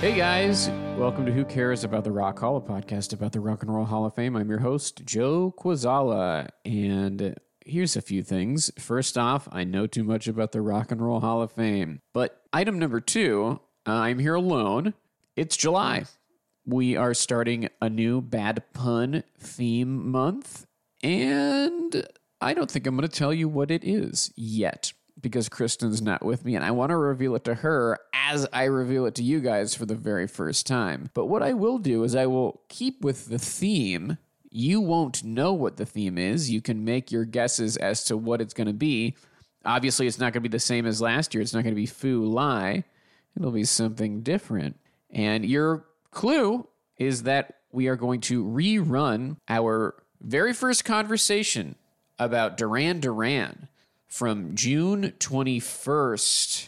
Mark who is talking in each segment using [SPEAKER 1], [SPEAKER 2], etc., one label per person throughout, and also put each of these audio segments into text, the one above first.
[SPEAKER 1] Hey guys, welcome to Who Cares About the Rock Hall, a podcast about the Rock and Roll Hall of Fame. I'm your host, Joe Quazala, and here's a few things. First off, I know too much about the Rock and Roll Hall of Fame, but item number two, uh, I'm here alone. It's July. We are starting a new bad pun theme month, and I don't think I'm going to tell you what it is yet because Kristen's not with me, and I want to reveal it to her as I reveal it to you guys for the very first time. But what I will do is I will keep with the theme. You won't know what the theme is. You can make your guesses as to what it's going to be. Obviously, it's not going to be the same as last year. It's not going to be Foo Lie. It'll be something different. And your clue is that we are going to rerun our very first conversation about Duran Duran from June 21st,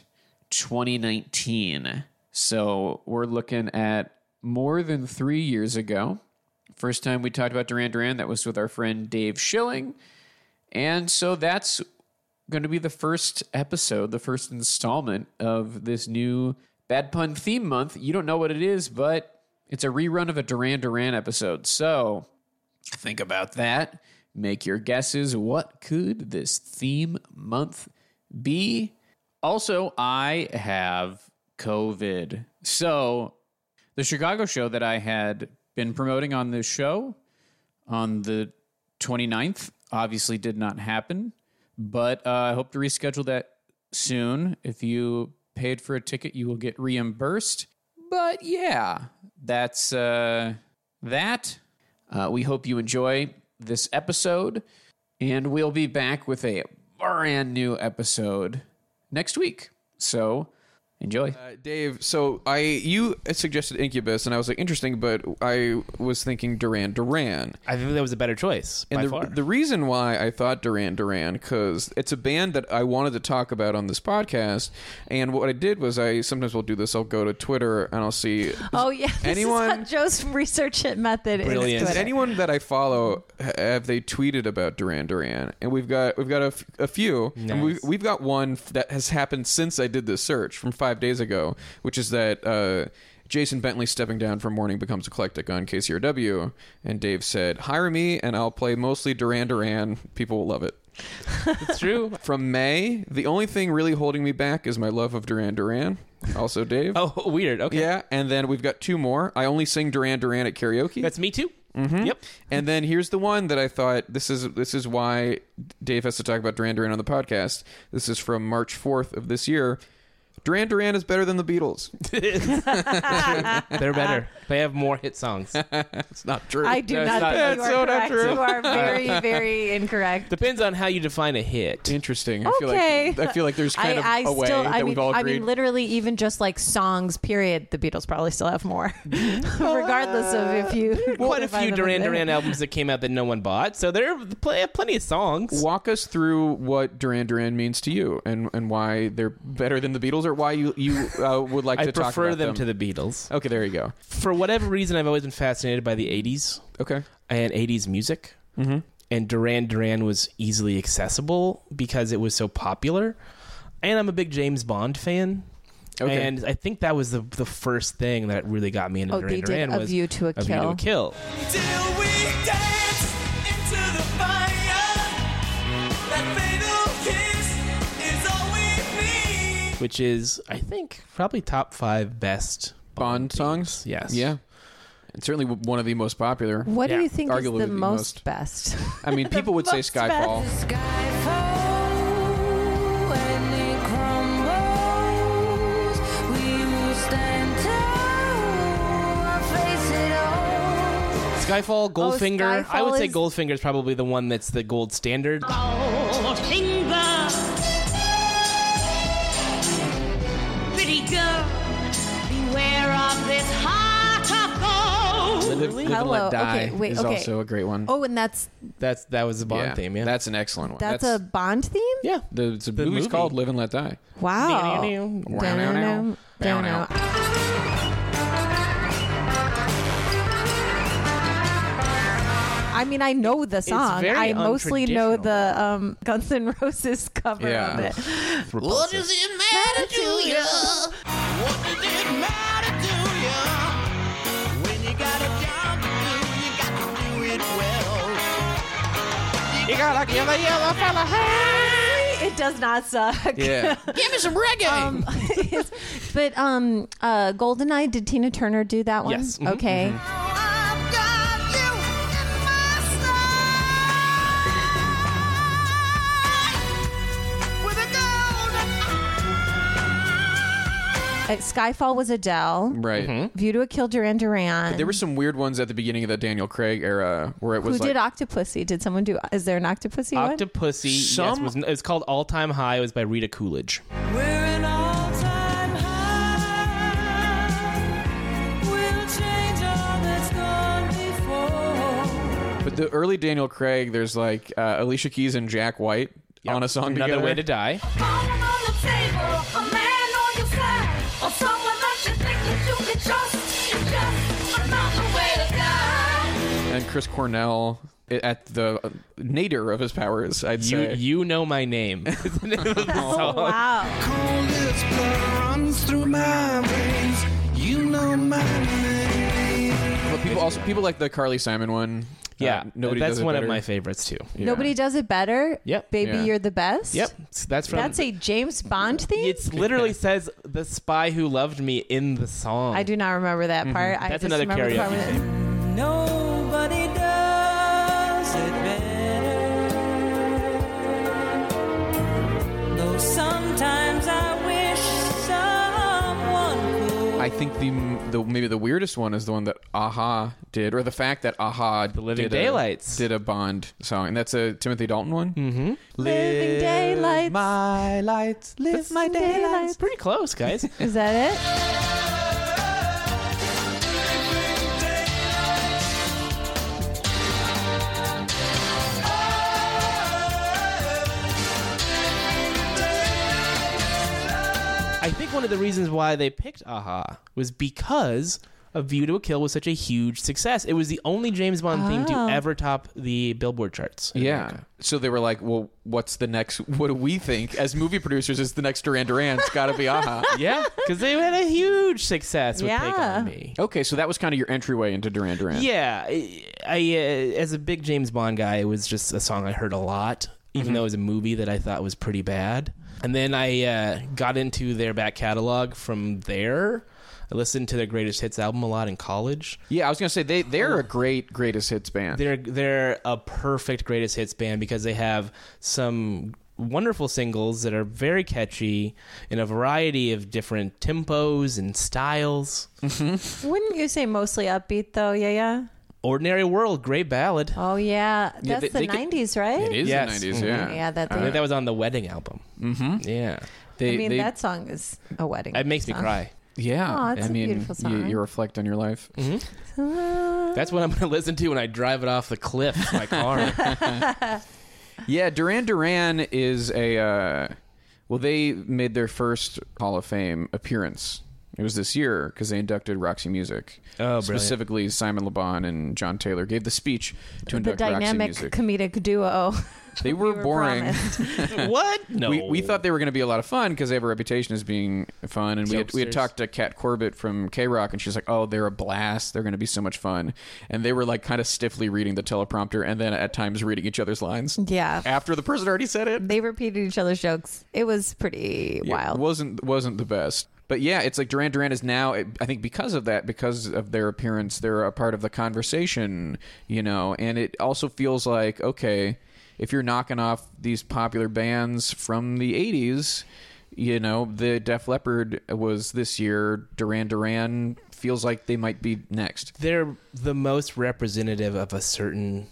[SPEAKER 1] 2019. So we're looking at more than three years ago. First time we talked about Duran Duran, that was with our friend Dave Schilling. And so that's going to be the first episode, the first installment of this new Bad Pun Theme Month. You don't know what it is, but it's a rerun of a Duran Duran episode. So think about that. Make your guesses. What could this theme month be? Also, I have COVID. So, the Chicago show that I had been promoting on this show on the 29th obviously did not happen, but uh, I hope to reschedule that soon. If you paid for a ticket, you will get reimbursed. But yeah, that's uh, that. Uh, we hope you enjoy this episode, and we'll be back with a brand new episode next week. So enjoy.
[SPEAKER 2] Uh, Dave, so I you suggested Incubus, and I was like, interesting, but I was thinking Duran Duran.
[SPEAKER 3] I think that was a better choice by
[SPEAKER 2] And
[SPEAKER 3] far.
[SPEAKER 2] the, the reason why I thought Duran Duran because it's a band that I wanted to talk about on this podcast, and what I did was I sometimes will do this. I'll go to Twitter and I'll see.
[SPEAKER 4] Oh yeah, this
[SPEAKER 2] anyone
[SPEAKER 4] Is how Joe's research it method
[SPEAKER 3] Brilliant.
[SPEAKER 4] is Twitter.
[SPEAKER 2] anyone that I follow ha- have they tweeted about Duran Duran? And we've got we've got a, f- a few, and we've we've got one f- that has happened since I did this search from five days ago, which is that. Uh, Jason Bentley stepping down from Morning Becomes Eclectic on KCRW, and Dave said, "Hire me, and I'll play mostly Duran Duran. People will love it."
[SPEAKER 3] it's true.
[SPEAKER 2] From May, the only thing really holding me back is my love of Duran Duran. Also, Dave.
[SPEAKER 3] Oh, weird. Okay.
[SPEAKER 2] yeah, and then we've got two more. I only sing Duran Duran at karaoke.
[SPEAKER 3] That's me too.
[SPEAKER 2] Mm-hmm.
[SPEAKER 3] Yep.
[SPEAKER 2] And then here's the one that I thought this is this is why Dave has to talk about Duran Duran on the podcast. This is from March 4th of this year. Duran Duran is better than the Beatles.
[SPEAKER 3] They're better. They have more hit songs.
[SPEAKER 2] It's not true.
[SPEAKER 4] I do
[SPEAKER 3] That's
[SPEAKER 4] not,
[SPEAKER 3] not-
[SPEAKER 4] think
[SPEAKER 2] that's
[SPEAKER 4] you are
[SPEAKER 2] so not
[SPEAKER 4] correct.
[SPEAKER 2] true.
[SPEAKER 4] You are very, very incorrect.
[SPEAKER 3] Depends on how you define a hit.
[SPEAKER 2] Interesting. I
[SPEAKER 4] Okay.
[SPEAKER 2] feel like I feel like there's kind of
[SPEAKER 4] I, I
[SPEAKER 2] a way
[SPEAKER 4] still,
[SPEAKER 2] that
[SPEAKER 4] I mean,
[SPEAKER 2] we've all
[SPEAKER 4] I
[SPEAKER 2] agreed.
[SPEAKER 4] mean, literally, even just like songs, period. The Beatles probably still have more, regardless of if you.
[SPEAKER 3] Quite a
[SPEAKER 4] divide
[SPEAKER 3] few
[SPEAKER 4] them
[SPEAKER 3] Duran
[SPEAKER 4] into-
[SPEAKER 3] Duran albums that came out that no one bought, so there are pl- plenty of songs.
[SPEAKER 2] Walk us through what Duran Duran means to you, and, and why they're better than the Beatles, or why you you uh, would like
[SPEAKER 3] I
[SPEAKER 2] to talk
[SPEAKER 3] prefer
[SPEAKER 2] about
[SPEAKER 3] them, to the Beatles.
[SPEAKER 2] Okay, there you go.
[SPEAKER 3] For whatever reason, I've always been fascinated by the '80s
[SPEAKER 2] Okay,
[SPEAKER 3] and '80s music, mm-hmm. and Duran Duran was easily accessible because it was so popular. And I'm a big James Bond fan.
[SPEAKER 2] Okay.
[SPEAKER 3] And I think that was the the first thing that really got me into
[SPEAKER 4] Oh,
[SPEAKER 3] Duran
[SPEAKER 4] they did
[SPEAKER 3] Duran
[SPEAKER 4] A
[SPEAKER 3] was
[SPEAKER 4] View to a
[SPEAKER 3] A View to
[SPEAKER 4] Kill.
[SPEAKER 3] a Kill.
[SPEAKER 5] Till we dance into the fire. That fatal kiss is all we need.
[SPEAKER 3] which is I think probably top five best
[SPEAKER 2] Bond songs.
[SPEAKER 3] Yes.
[SPEAKER 2] yeah, and certainly one of the most popular.
[SPEAKER 4] What
[SPEAKER 3] Yeah.
[SPEAKER 4] do you think is the
[SPEAKER 2] Arguably
[SPEAKER 4] most,
[SPEAKER 2] the most.
[SPEAKER 4] best?
[SPEAKER 2] I mean, people would say
[SPEAKER 4] most
[SPEAKER 2] Skyfall.
[SPEAKER 3] Skyfall, Goldfinger. I would
[SPEAKER 4] Oh, Skyfall
[SPEAKER 3] say
[SPEAKER 4] is-
[SPEAKER 3] Goldfinger is probably the one that's the gold standard.
[SPEAKER 6] Goldfinger, pretty girl, beware of this heart of gold.
[SPEAKER 1] Live, Live and
[SPEAKER 4] Hello.
[SPEAKER 1] Let Die
[SPEAKER 4] Okay, wait,
[SPEAKER 1] is
[SPEAKER 4] okay.
[SPEAKER 1] also a great one.
[SPEAKER 4] Oh, and that's
[SPEAKER 3] That's that was the Bond theme. Yeah,
[SPEAKER 1] That's an excellent one.
[SPEAKER 4] that's, a Bond theme.
[SPEAKER 3] yeah.
[SPEAKER 1] the, it's a movie's
[SPEAKER 3] movie.
[SPEAKER 1] called Live and Let Die.
[SPEAKER 4] Wow.
[SPEAKER 3] Dun-dun-dun.
[SPEAKER 4] Dun-dun-dun.
[SPEAKER 1] Dun-dun-dun.
[SPEAKER 4] Dun-dun. I mean, I know the song.
[SPEAKER 3] very
[SPEAKER 4] I mostly know
[SPEAKER 3] untraditional.
[SPEAKER 4] the um, Guns N' Roses cover
[SPEAKER 1] Yeah.
[SPEAKER 4] of it.
[SPEAKER 6] What does it matter to you?
[SPEAKER 5] What does it matter to you? When you got a job to do, you got to do it well. You gotta give a yellow fella
[SPEAKER 4] It does not suck.
[SPEAKER 2] Yeah.
[SPEAKER 6] Give me some reggae.
[SPEAKER 4] But um, uh, Goldeneye, did Tina Turner do that one?
[SPEAKER 3] Yes. Mhm.
[SPEAKER 4] Okay.
[SPEAKER 7] Mm-hmm.
[SPEAKER 5] I've got you in my sight. With a golden
[SPEAKER 4] Uh, Skyfall was Adele.
[SPEAKER 3] Mm-hmm.
[SPEAKER 1] Right.
[SPEAKER 4] View to a Kill Duran Duran.
[SPEAKER 2] There were some weird ones at the beginning of the Daniel Craig era where it
[SPEAKER 4] Who
[SPEAKER 2] was like
[SPEAKER 4] did Octopussy? Did someone do? Is there an Octopussy one?
[SPEAKER 3] Octopussy. Yes,
[SPEAKER 2] Some-
[SPEAKER 3] was, it was called All Time High. It was by Rita Coolidge.
[SPEAKER 5] We're an all-time high. We'll change all that's gone before.
[SPEAKER 2] But the early Daniel Craig, there's like uh, Alicia Keys and Jack White on a song
[SPEAKER 3] Another
[SPEAKER 2] together.
[SPEAKER 3] Way to Die.
[SPEAKER 6] Bottom on the table, a man on your side, or someone that you think that you can trust. It's just another way to die.
[SPEAKER 2] and Chris Cornell i- at the uh, nadir of his powers, I'd
[SPEAKER 3] You
[SPEAKER 2] say.
[SPEAKER 3] you know my name.
[SPEAKER 4] Oh, wow.
[SPEAKER 5] Cold as blood runs through my veins. You know my name.
[SPEAKER 2] but people also people like the Carly Simon one.
[SPEAKER 3] yeah,
[SPEAKER 2] Uh, nobody.
[SPEAKER 3] That's
[SPEAKER 2] does it
[SPEAKER 3] one
[SPEAKER 2] better.
[SPEAKER 3] of my favorites too.
[SPEAKER 2] Yeah.
[SPEAKER 4] Nobody does it better.
[SPEAKER 3] Yep.
[SPEAKER 4] Baby,
[SPEAKER 2] Yeah.
[SPEAKER 4] you're the best.
[SPEAKER 3] Yep, so that's from.
[SPEAKER 4] That's a James Bond theme.
[SPEAKER 3] It literally says the spy who loved me in the song.
[SPEAKER 4] I do not remember that part. I
[SPEAKER 3] That's
[SPEAKER 4] just
[SPEAKER 3] another
[SPEAKER 4] remember the part
[SPEAKER 3] karaoke
[SPEAKER 4] where-
[SPEAKER 3] thing.
[SPEAKER 5] Nobody does it better. Though sometimes I wish someone could.
[SPEAKER 2] I think the, the maybe the weirdest one is the one that Aha did, or the fact that Aha the
[SPEAKER 3] Living
[SPEAKER 2] did
[SPEAKER 3] Daylights.
[SPEAKER 2] a, did a Bond song, and that's a Timothy Dalton one. Mm-hmm.
[SPEAKER 4] Living daylights.
[SPEAKER 2] my lights, live my
[SPEAKER 4] Daylights.
[SPEAKER 3] It's pretty close, guys.
[SPEAKER 4] Is that it?
[SPEAKER 3] I think one of the reasons why they picked Aha was because A View to a Kill was such a huge success. It was the only James Bond theme
[SPEAKER 4] Oh.
[SPEAKER 3] to ever top the Billboard charts. in
[SPEAKER 2] Yeah.
[SPEAKER 3] America.
[SPEAKER 2] So they were like, well, what's the next? What do we think as movie producers is the next Duran Duran? It's got to be Aha.
[SPEAKER 3] yeah, because they had a huge success with Take
[SPEAKER 4] Yeah.
[SPEAKER 3] on Me.
[SPEAKER 2] Okay, so that was kind of your entryway into Duran Duran.
[SPEAKER 3] Yeah, I, I uh, as a big James Bond guy, it was just a song I heard a lot, even though it was a movie that I thought was pretty bad. And then I uh, got into their back catalog from there. I listened to their greatest hits album a lot in college.
[SPEAKER 2] Yeah, I was gonna say they they're a great greatest hits band.
[SPEAKER 3] They're they're a perfect greatest hits band because they have some wonderful singles that are very catchy in a variety of different tempos and styles.
[SPEAKER 4] Wouldn't you say mostly upbeat though? Yeah, yeah.
[SPEAKER 3] Ordinary World, great ballad.
[SPEAKER 4] Oh yeah, that's
[SPEAKER 2] they-
[SPEAKER 4] the
[SPEAKER 2] they could-
[SPEAKER 4] '90s, right?
[SPEAKER 2] it is
[SPEAKER 3] Yes.
[SPEAKER 2] the 90s,
[SPEAKER 3] Mhm.
[SPEAKER 2] yeah.
[SPEAKER 4] Yeah, that.
[SPEAKER 3] I think that was on the wedding album. Mm-hmm. Yeah,
[SPEAKER 2] They,
[SPEAKER 4] I mean,
[SPEAKER 2] they-
[SPEAKER 4] that song is a wedding.
[SPEAKER 3] it makes me
[SPEAKER 4] song.
[SPEAKER 3] cry.
[SPEAKER 2] yeah.
[SPEAKER 4] Aw, it's
[SPEAKER 2] I
[SPEAKER 4] a
[SPEAKER 2] mean,
[SPEAKER 4] beautiful song.
[SPEAKER 2] You, you reflect on your life.
[SPEAKER 3] That's what I'm going to listen to when I drive it off the cliff in my car.
[SPEAKER 2] Yeah, Duran Duran is a uh, well, they made their first Hall of Fame appearance. It was this year because they inducted Roxy Music.
[SPEAKER 3] Oh, brilliant.
[SPEAKER 2] specifically Simon LeBon and John Taylor gave the speech to
[SPEAKER 4] The
[SPEAKER 2] induct
[SPEAKER 4] dynamic
[SPEAKER 2] Roxy Music.
[SPEAKER 4] comedic duo.
[SPEAKER 2] They were,
[SPEAKER 4] were
[SPEAKER 2] boring.
[SPEAKER 4] promised.
[SPEAKER 3] what? No.
[SPEAKER 2] We, we thought they were going to be a lot of fun because they have a reputation as being fun. And we had, we had
[SPEAKER 3] Jokesters.
[SPEAKER 2] talked to Kat Corbett from K Rock, and she's like, "Oh, they're a blast. They're going to be so much fun." And they were like kind of stiffly reading the teleprompter, and then at times reading each other's lines
[SPEAKER 4] yeah,
[SPEAKER 2] after the person already said it.
[SPEAKER 4] they repeated each other's jokes. It was pretty
[SPEAKER 2] Yeah,
[SPEAKER 4] wild.
[SPEAKER 2] wasn't wasn't the best. But yeah, it's like Duran Duran is now. I think because of that, because of their appearance, they're a part of the conversation, you know. And it also feels like okay, if you're knocking off these popular bands from the '80s,
[SPEAKER 1] you know, the Def Leppard was this year. Duran Duran feels like they might be next.
[SPEAKER 3] they're the most representative of a certain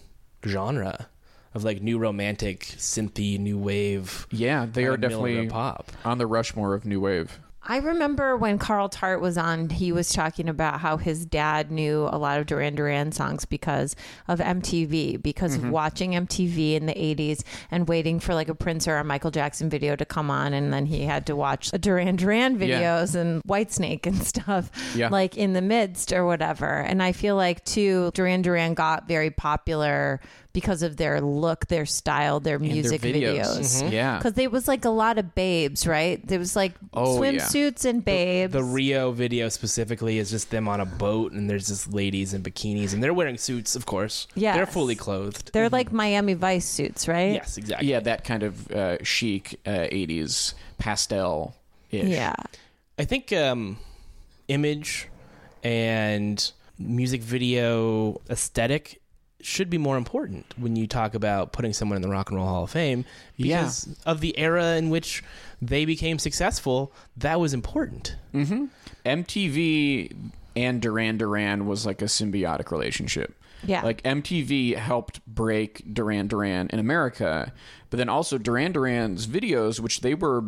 [SPEAKER 3] genre of like new romantic synthy new wave
[SPEAKER 1] Yeah, they
[SPEAKER 3] kinda
[SPEAKER 1] are definitely
[SPEAKER 3] middle of pop
[SPEAKER 1] on the Rushmore of new wave.
[SPEAKER 4] I remember when Carl Tart was on, he was talking about how his dad knew a lot of Duran Duran songs because of MTV, because
[SPEAKER 1] Mm-hmm.
[SPEAKER 4] of watching MTV in the 80s and waiting for like a Prince or a Michael Jackson video to come on. And then he had to watch a Duran Duran
[SPEAKER 1] Yeah.
[SPEAKER 4] videos and Whitesnake and stuff,
[SPEAKER 1] Yeah.
[SPEAKER 4] like in the midst or whatever. And I feel like, too, Duran Duran got very popular because of their look, their style, their
[SPEAKER 1] their
[SPEAKER 4] music
[SPEAKER 1] videos.
[SPEAKER 3] Mm-hmm.
[SPEAKER 1] Mhm. Yeah.
[SPEAKER 4] Because it was like a lot of babes, right? There was like
[SPEAKER 1] Oh,
[SPEAKER 4] swimsuits and babes.
[SPEAKER 3] the rio video specifically is just them on a boat and there's just ladies in bikinis and they're wearing suits of course
[SPEAKER 4] Yes.
[SPEAKER 3] they're fully clothed
[SPEAKER 1] mm-hmm.
[SPEAKER 4] They're like Miami Vice suits, right?
[SPEAKER 3] yes exactly
[SPEAKER 1] Yeah, that kind of uh, chic uh, 80s pastel ish.
[SPEAKER 4] Yeah.
[SPEAKER 3] I think um, image and music video aesthetic should be more important when you talk about putting someone in the Rock and Roll Hall of Fame because of the era in which they became successful. That was important.
[SPEAKER 1] Mm. MTV and Duran Duran was like a symbiotic relationship.
[SPEAKER 4] Yeah.
[SPEAKER 1] Like MTV helped break Duran Duran in America, but then also Duran Duran's videos, which they were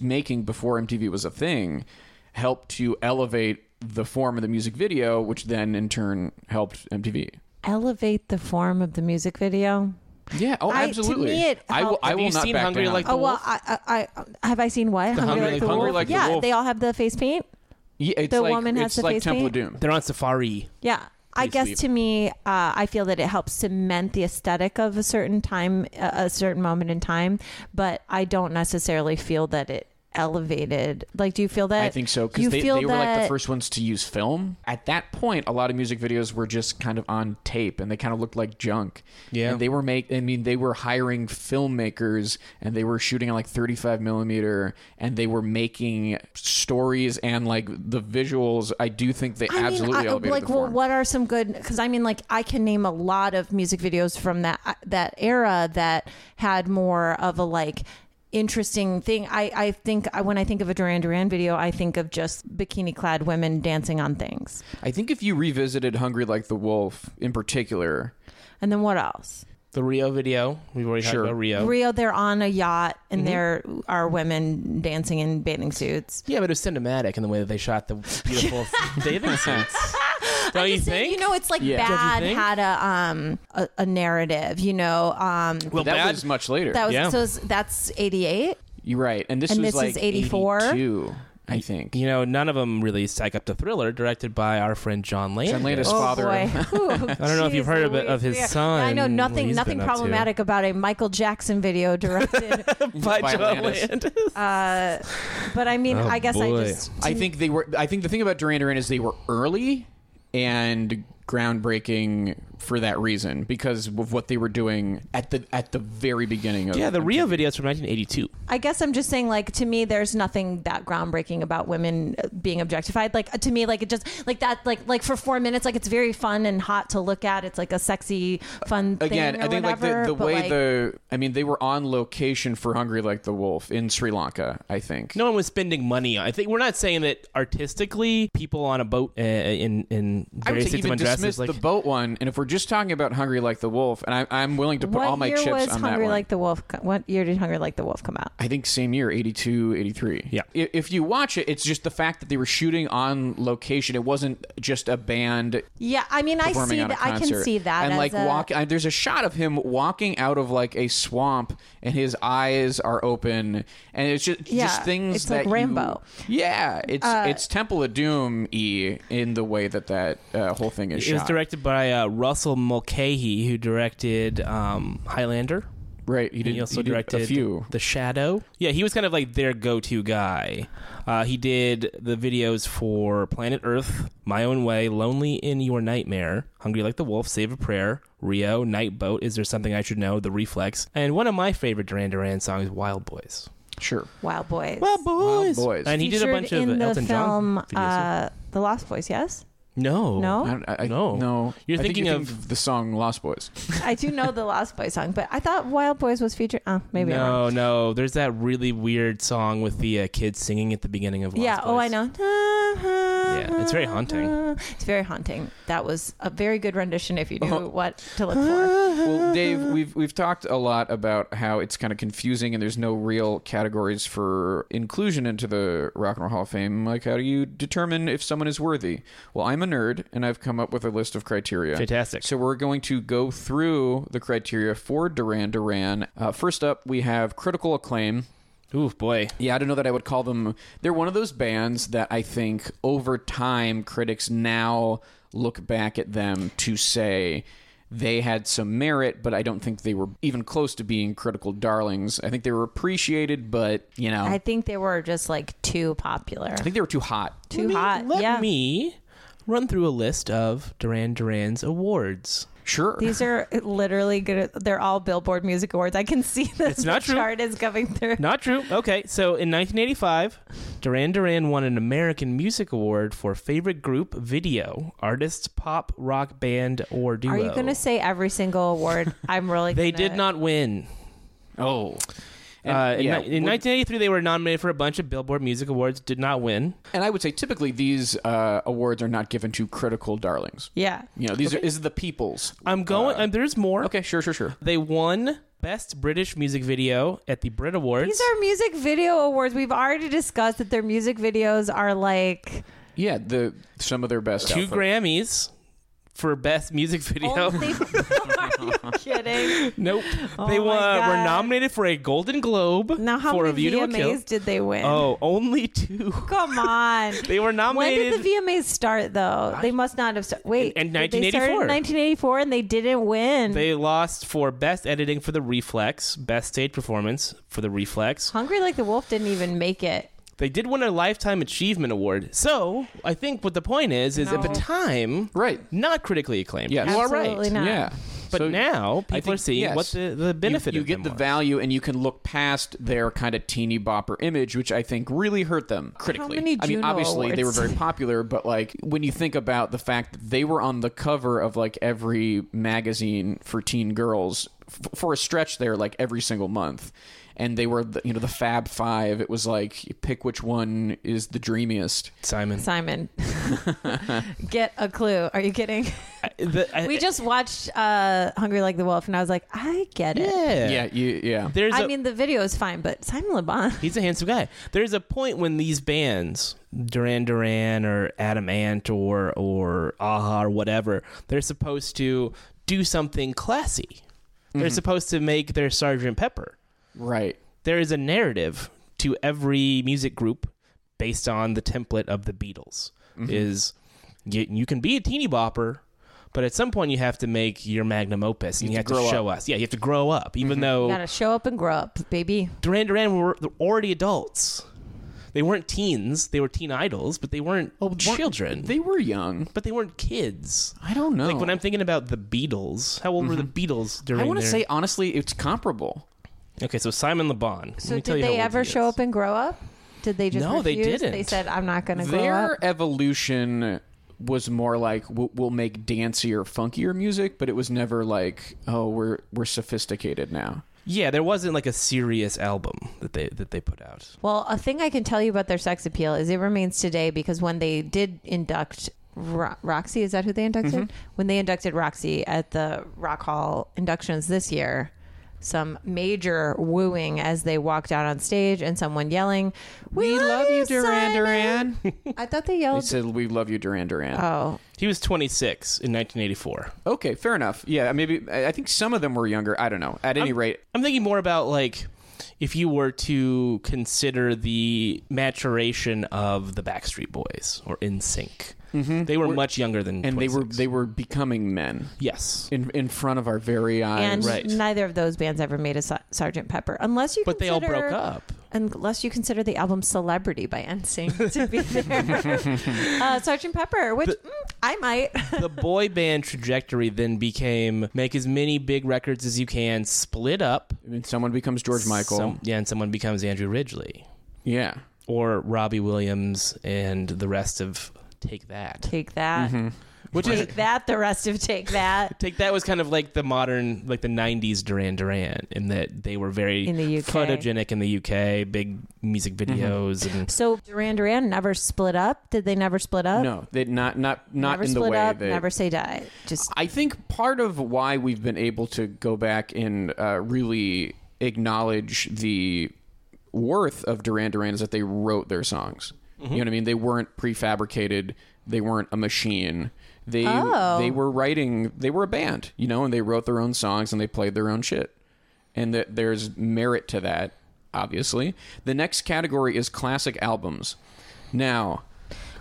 [SPEAKER 1] making before MTV was a thing, helped to elevate the form of the music video, which then in turn helped MTV.
[SPEAKER 4] Elevate the form of the music video.
[SPEAKER 1] Yeah. Oh,
[SPEAKER 4] I- to
[SPEAKER 1] absolutely.
[SPEAKER 4] me, it
[SPEAKER 1] I will.
[SPEAKER 4] helped.
[SPEAKER 1] I
[SPEAKER 3] Have
[SPEAKER 1] will
[SPEAKER 3] you
[SPEAKER 1] not
[SPEAKER 3] seen
[SPEAKER 1] back
[SPEAKER 3] Hungry
[SPEAKER 1] down.
[SPEAKER 3] Like the
[SPEAKER 4] Oh well,
[SPEAKER 3] Wolf?
[SPEAKER 4] I, I, I have I seen what
[SPEAKER 3] Hungry Like the
[SPEAKER 1] Wolf? Like the
[SPEAKER 4] Oh, yeah,
[SPEAKER 1] Wolf.
[SPEAKER 4] they all have the face paint.
[SPEAKER 1] Yeah, it's
[SPEAKER 4] the
[SPEAKER 1] like,
[SPEAKER 4] woman has
[SPEAKER 1] it's
[SPEAKER 4] the
[SPEAKER 1] like
[SPEAKER 4] face
[SPEAKER 1] Temple
[SPEAKER 4] paint?
[SPEAKER 1] of Doom.
[SPEAKER 3] They're on Safari.
[SPEAKER 4] Yeah. I
[SPEAKER 3] Please
[SPEAKER 4] guess
[SPEAKER 3] leave.
[SPEAKER 4] to me, uh, I feel that it helps cement the aesthetic of a certain time, a a certain moment in time. But I don't necessarily feel that it elevated. Like, do you feel that?
[SPEAKER 1] I think so because
[SPEAKER 4] you
[SPEAKER 1] they,
[SPEAKER 4] feel
[SPEAKER 1] they were like the
[SPEAKER 4] that-
[SPEAKER 1] first ones to use film. At that point, a lot of music videos were just kind of on tape, and they kind of looked like junk.
[SPEAKER 3] Yeah.
[SPEAKER 1] and they were make. I mean, they were hiring filmmakers, and they were shooting on like thirty-five millimeter, and they were making stories and like the visuals. I do think they absolutely elevated
[SPEAKER 4] like,
[SPEAKER 1] the
[SPEAKER 4] well,
[SPEAKER 1] form.
[SPEAKER 4] what are some good? Because I mean, like, I can name a lot of music videos from that uh, that era that had more of a like interesting thing. I I think I, when I think of a Duran Duran video, I think of just bikini clad women dancing on things.
[SPEAKER 1] I think if you revisited "Hungry Like the Wolf" in particular,
[SPEAKER 4] And then what else?
[SPEAKER 3] The Rio video. We've already
[SPEAKER 1] Sure.
[SPEAKER 3] talked about Rio.
[SPEAKER 4] Rio, they're on a yacht, and
[SPEAKER 1] Mm-hmm.
[SPEAKER 4] there are women dancing in bathing suits.
[SPEAKER 3] yeah, but it was cinematic in the way that they shot the beautiful bathing suits. Don't you
[SPEAKER 4] Just saying,
[SPEAKER 3] think?
[SPEAKER 4] You know, it's like
[SPEAKER 1] Yeah. Don't you
[SPEAKER 4] Bad
[SPEAKER 3] think?
[SPEAKER 4] had a um a, a narrative. You know, um
[SPEAKER 3] well,
[SPEAKER 1] that
[SPEAKER 3] bad,
[SPEAKER 1] was much later.
[SPEAKER 4] that was
[SPEAKER 3] Yeah.
[SPEAKER 4] so it's- that's eighty eight.
[SPEAKER 1] You're right, and this
[SPEAKER 4] And
[SPEAKER 1] was
[SPEAKER 4] this
[SPEAKER 1] like
[SPEAKER 4] is 84?
[SPEAKER 1] 82, I think.
[SPEAKER 3] you know, none of them really stack up to Thriller, directed by our friend John Landis.
[SPEAKER 1] John Landis'
[SPEAKER 4] Oh
[SPEAKER 1] father.
[SPEAKER 4] boy! I don't
[SPEAKER 3] know if you've heard of it- of his son,
[SPEAKER 4] I know
[SPEAKER 3] what
[SPEAKER 4] nothing,
[SPEAKER 3] he's
[SPEAKER 4] nothing
[SPEAKER 3] been up to.
[SPEAKER 4] problematic about a Michael Jackson video directed,
[SPEAKER 3] by
[SPEAKER 1] By
[SPEAKER 3] John
[SPEAKER 1] Landis.
[SPEAKER 3] Landis.
[SPEAKER 4] uh, but I mean,
[SPEAKER 3] Oh,
[SPEAKER 4] I guess
[SPEAKER 3] boy.
[SPEAKER 4] I just
[SPEAKER 1] I think they were. I think the thing about Duran Duran is they were early and groundbreaking for that reason because of what they were doing at the at the very beginning of
[SPEAKER 3] Yeah, the Rio videos from 1982.
[SPEAKER 4] I guess I'm just saying, like, to me, there's nothing that groundbreaking about women uh, being objectified. Like, to me, like, it just, like, that, like, like for four minutes, like, it's very fun and hot to look at. It's like a sexy, fun thing.
[SPEAKER 1] Uh, Again,
[SPEAKER 4] or
[SPEAKER 1] I think like the,
[SPEAKER 4] whatever,
[SPEAKER 1] the
[SPEAKER 4] but,
[SPEAKER 1] way
[SPEAKER 4] like,
[SPEAKER 1] the I mean they were on location for Hungry Like the Wolf in Sri Lanka, I think.
[SPEAKER 3] No one was spending money on. I think we're not saying that artistically, people on a boat uh, in in
[SPEAKER 1] I would
[SPEAKER 3] various
[SPEAKER 1] say
[SPEAKER 3] six
[SPEAKER 1] even
[SPEAKER 3] different
[SPEAKER 1] dismiss
[SPEAKER 3] dresses, like
[SPEAKER 1] the boat one, and if we're just talking about Hungry Like the Wolf, and I, I'm willing to put
[SPEAKER 4] what
[SPEAKER 1] all my
[SPEAKER 4] year
[SPEAKER 1] chips
[SPEAKER 4] was
[SPEAKER 1] on that
[SPEAKER 4] Hungry
[SPEAKER 1] one.
[SPEAKER 4] Like the Wolf? co- What year did Hungry Like the Wolf come out?
[SPEAKER 1] I think same year, 82, 83.
[SPEAKER 3] Yeah.
[SPEAKER 1] I- If you watch it, it's just the fact that they were shooting on location. It wasn't just a band
[SPEAKER 4] Yeah, I mean, I
[SPEAKER 1] performing
[SPEAKER 4] see
[SPEAKER 1] at a
[SPEAKER 4] that. I can
[SPEAKER 1] concert.
[SPEAKER 4] see that.
[SPEAKER 1] And
[SPEAKER 4] as
[SPEAKER 1] like
[SPEAKER 4] a-
[SPEAKER 1] walk, I, there's a shot of him walking out of like a swamp, and his eyes are open, and it's just
[SPEAKER 4] Yeah,
[SPEAKER 1] just things
[SPEAKER 4] it's like
[SPEAKER 1] that you-
[SPEAKER 4] Rambo. Uh,
[SPEAKER 1] yeah, it's it's Temple of Doom e in the way that that uh, whole thing is
[SPEAKER 3] it was
[SPEAKER 1] shot.
[SPEAKER 3] directed by uh, Russell Mulcahy, who directed um, Highlander.
[SPEAKER 1] right, he, did,
[SPEAKER 3] He also
[SPEAKER 1] he did
[SPEAKER 3] directed
[SPEAKER 1] a few.
[SPEAKER 3] The Shadow. Yeah, he was kind of like their go-to guy. Uh, he did the videos for Planet Earth, My Own Way, Lonely in Your Nightmare, Hungry Like the Wolf, Save a Prayer, Rio, Night Boat, Is There Something I Should Know, The Reflex, and one of my favorite Duran Duran songs, Wild Boys.
[SPEAKER 1] Sure,
[SPEAKER 4] Wild Boys.
[SPEAKER 3] Wild Boys.
[SPEAKER 1] Boys.
[SPEAKER 3] And he did a
[SPEAKER 4] Featured
[SPEAKER 3] bunch of
[SPEAKER 4] in the
[SPEAKER 3] Elton
[SPEAKER 4] film,
[SPEAKER 3] John videos. Oh,
[SPEAKER 4] uh, The Lost Boys, yes?
[SPEAKER 3] No.
[SPEAKER 4] No?
[SPEAKER 1] I, I,
[SPEAKER 3] No.
[SPEAKER 1] no.
[SPEAKER 3] You're
[SPEAKER 1] I think
[SPEAKER 3] thinking
[SPEAKER 1] you
[SPEAKER 3] of-
[SPEAKER 1] think the song Lost Boys.
[SPEAKER 4] I do know the Lost Boys song, but I thought Wild Boys was featured. Oh, maybe I'm wrong.
[SPEAKER 3] No, no. There's that really weird song with the uh, kids singing at the beginning of Lost
[SPEAKER 4] yeah. Oh,
[SPEAKER 3] Boys.
[SPEAKER 4] I know. Yeah,
[SPEAKER 3] it's very haunting.
[SPEAKER 4] It's very haunting. That was a very good rendition. If you
[SPEAKER 3] Oh.
[SPEAKER 4] knew what to look for,
[SPEAKER 1] well, Dave, we've we've talked a lot about how it's kind of confusing and there's no real categories for inclusion into the Rock and Roll Hall of Fame. Like, how do you determine if someone is worthy? Well, I'm a nerd and I've come up with a list of criteria.
[SPEAKER 3] Fantastic.
[SPEAKER 1] So we're going to go through the criteria for Duran Duran. Uh, first up, we have critical acclaim.
[SPEAKER 3] Ooh, boy.
[SPEAKER 1] Yeah, I don't know that I would call them. They're one of those bands that I think over time critics now look back at them to say they had some merit, but I don't think they were even close to being critical darlings. I think they were appreciated, but you know,
[SPEAKER 4] I
[SPEAKER 1] I,
[SPEAKER 4] think they were just like too popular,
[SPEAKER 1] think they were too hot.
[SPEAKER 3] Let
[SPEAKER 4] too
[SPEAKER 3] me-
[SPEAKER 4] hot.
[SPEAKER 3] Let
[SPEAKER 4] Uh, yeah.
[SPEAKER 3] me run through a list of Duran Duran's awards.
[SPEAKER 1] Sure.
[SPEAKER 4] These are literally good. They're all Billboard Music Awards. I can see this
[SPEAKER 3] It's not
[SPEAKER 4] the
[SPEAKER 3] true.
[SPEAKER 4] chart is coming through.
[SPEAKER 3] Not true. Okay, so in 1985, Duran Duran won an American Music Award for favorite group, video, artist, pop, rock band, or duo.
[SPEAKER 4] Are you going to say every single award? I'm really.
[SPEAKER 3] They
[SPEAKER 4] gonna-
[SPEAKER 3] did not win.
[SPEAKER 1] oh, and,
[SPEAKER 3] uh, in,
[SPEAKER 1] yeah,
[SPEAKER 3] ni- in 1983, they were nominated for a bunch of Billboard Music Awards, did not win.
[SPEAKER 1] and I would say typically these uh, awards are not given to critical darlings.
[SPEAKER 4] Yeah.
[SPEAKER 1] You know, these are is the people's.
[SPEAKER 3] I'm going. um, there's more.
[SPEAKER 1] Okay, sure, sure, sure.
[SPEAKER 3] They won Best British Music Video at the Brit Awards.
[SPEAKER 4] These are music video awards. We've already discussed that their music videos are like
[SPEAKER 1] Yeah, the some of their best.
[SPEAKER 3] two
[SPEAKER 1] outfits.
[SPEAKER 3] Grammys for Best Music Video.
[SPEAKER 4] only. are you kidding?
[SPEAKER 3] nope. they
[SPEAKER 4] Oh my
[SPEAKER 3] won, were
[SPEAKER 4] God.
[SPEAKER 3] nominated for a Golden Globe
[SPEAKER 4] Now, how
[SPEAKER 3] for
[SPEAKER 4] many
[SPEAKER 3] A View to a Kill.
[SPEAKER 4] VMAs did they win?
[SPEAKER 3] Oh, only two.
[SPEAKER 4] come on.
[SPEAKER 3] They were
[SPEAKER 4] When
[SPEAKER 3] nominated.
[SPEAKER 4] did the VMAs start, though? They must not have started. Wait,
[SPEAKER 3] In- in
[SPEAKER 4] They started in
[SPEAKER 3] 1984.
[SPEAKER 4] 1984, and they didn't win.
[SPEAKER 3] they lost for Best Editing for The Reflex, Best Stage Performance for The Reflex.
[SPEAKER 4] Hungry Like the Wolf didn't even make it.
[SPEAKER 3] They did win a Lifetime Achievement Award. So I think what the point is is at the
[SPEAKER 4] No.
[SPEAKER 3] time,
[SPEAKER 1] Right.
[SPEAKER 3] not critically acclaimed.
[SPEAKER 1] Yes.
[SPEAKER 3] You are
[SPEAKER 4] Absolutely
[SPEAKER 3] right.
[SPEAKER 4] not.
[SPEAKER 1] Yeah.
[SPEAKER 3] But
[SPEAKER 1] So-
[SPEAKER 3] now
[SPEAKER 1] I
[SPEAKER 3] people
[SPEAKER 1] think-
[SPEAKER 3] are seeing
[SPEAKER 1] yes.
[SPEAKER 3] what the, the benefit
[SPEAKER 1] you, you
[SPEAKER 3] of
[SPEAKER 1] get
[SPEAKER 3] them
[SPEAKER 1] the
[SPEAKER 3] was.
[SPEAKER 1] value and you can look past their kind of teeny bopper image which i think really hurt them critically
[SPEAKER 4] many
[SPEAKER 1] i mean
[SPEAKER 4] Juno
[SPEAKER 1] obviously they were
[SPEAKER 4] awards?
[SPEAKER 1] very popular but like when you think about the fact that they were on the cover of like every magazine for teen girls f- for a stretch there like every single month and they were the, you know the fab five it was like you pick which one is the dreamiest
[SPEAKER 3] Simon.
[SPEAKER 4] Simon, get a clue. Are you kidding?
[SPEAKER 3] I- the- I-
[SPEAKER 4] We just watched uh, Hungry Like the Wolf, and I was like, I get it.
[SPEAKER 3] yeah.
[SPEAKER 1] yeah you, yeah
[SPEAKER 3] There's
[SPEAKER 4] I
[SPEAKER 3] a-
[SPEAKER 4] mean, the video is fine, but Simon Le Bon.
[SPEAKER 3] He's a handsome guy. There's a point when these bands, Duran Duran or Adam Ant or or Aha or whatever, they're supposed to do something classy. They're supposed to make their Sergeant Pepper.
[SPEAKER 1] right
[SPEAKER 3] There is a narrative to every music group based on the template of the Beatles. Is you, you can be a teeny bopper, but at some point you have to make your magnum opus and you, have to, Mm-hmm.
[SPEAKER 1] grow
[SPEAKER 3] show us. Yeah, you have to grow up, even though
[SPEAKER 4] Gotta show up and grow up, baby.
[SPEAKER 3] Duran Duran were they're already adults. They weren't teens. They were teen idols, but they weren't children.
[SPEAKER 1] Oh, they were young
[SPEAKER 3] but they weren't kids.
[SPEAKER 1] i don't know Mm-hmm.
[SPEAKER 3] Like when I'm thinking about the Beatles, how old were the Beatles during?
[SPEAKER 1] i want to
[SPEAKER 3] their-
[SPEAKER 1] say honestly it's comparable
[SPEAKER 3] okay, so Simon Le Bon. Let
[SPEAKER 4] So
[SPEAKER 3] me tell
[SPEAKER 4] did
[SPEAKER 3] you how
[SPEAKER 4] they
[SPEAKER 3] old
[SPEAKER 4] ever
[SPEAKER 3] he
[SPEAKER 4] show
[SPEAKER 3] is.
[SPEAKER 4] up and grow up? Did they just
[SPEAKER 3] No, they
[SPEAKER 4] refuse? They
[SPEAKER 3] didn't.
[SPEAKER 4] said, "I'm not going to grow
[SPEAKER 1] their
[SPEAKER 4] up."
[SPEAKER 1] evolution was more like we'll, we'll make dancier, funkier music, but it was never like oh we're we're sophisticated now.
[SPEAKER 3] Yeah, there wasn't like a serious album that they that they put out.
[SPEAKER 4] Well, a thing I can tell you about their sex appeal is it remains today because when they did induct Ro- Roxy, is that who they inducted?
[SPEAKER 3] Mm-hmm.
[SPEAKER 4] When they inducted Roxy at the Rock Hall inductions this year, some major wooing as they walked out on stage and someone yelling, "We, love, you, Duran
[SPEAKER 1] Duran.
[SPEAKER 4] I thought they
[SPEAKER 1] They
[SPEAKER 4] yelled.
[SPEAKER 1] said we love you, Duran Duran.
[SPEAKER 4] oh,
[SPEAKER 3] He was 26 in 1984.
[SPEAKER 1] okay, fair enough. Yeah, maybe I I think some of them were younger. I don't know. At
[SPEAKER 4] Um,
[SPEAKER 1] any rate,
[SPEAKER 3] I'm thinking more about like if you were to consider the maturation of the Backstreet Boys or In Sync. They were, much younger than
[SPEAKER 1] Mm-hmm. and they were
[SPEAKER 3] 26.
[SPEAKER 1] they were becoming men
[SPEAKER 3] yes.
[SPEAKER 1] in in front of our very
[SPEAKER 4] and
[SPEAKER 1] eyes.
[SPEAKER 3] Right.
[SPEAKER 4] neither of those bands ever made a Sa- Sergeant Pepper, unless you.
[SPEAKER 3] But they all
[SPEAKER 4] consider-
[SPEAKER 3] broke up.
[SPEAKER 4] unless you consider the album "Celebrity" by NSYNC to be there. uh, Sergeant Pepper, which mm, I might.
[SPEAKER 3] the boy band trajectory then became make as many big records as you can, split up.
[SPEAKER 1] And someone becomes George Michael.
[SPEAKER 3] Some- yeah, and someone becomes Andrew Ridgely
[SPEAKER 1] yeah.
[SPEAKER 3] or Robbie Williams and the rest of Take That,
[SPEAKER 4] Take that.
[SPEAKER 3] which is
[SPEAKER 4] Take that. The rest of Take That.
[SPEAKER 3] Take That was kind of like the modern, like the '90s Duran Duran, in that they were very
[SPEAKER 4] In the UK.
[SPEAKER 3] photogenic in the UK, big music videos, and
[SPEAKER 4] So Duran Duran never split up. Did they never split up?
[SPEAKER 2] No, they not not not
[SPEAKER 4] Uh, Never
[SPEAKER 2] in the
[SPEAKER 4] split
[SPEAKER 2] way
[SPEAKER 4] up.
[SPEAKER 2] that
[SPEAKER 4] Never say die. Just
[SPEAKER 2] I think part of why we've been able to go back and uh, really acknowledge the worth of Duran Duran is that they wrote their songs. You know what I mean? They weren't prefabricated. They weren't a machine. They
[SPEAKER 4] Oh.
[SPEAKER 2] they were writing. They were a band, you know, and they wrote their own songs and they played their own shit. And that there's merit to that, obviously. The next category is classic albums. Now,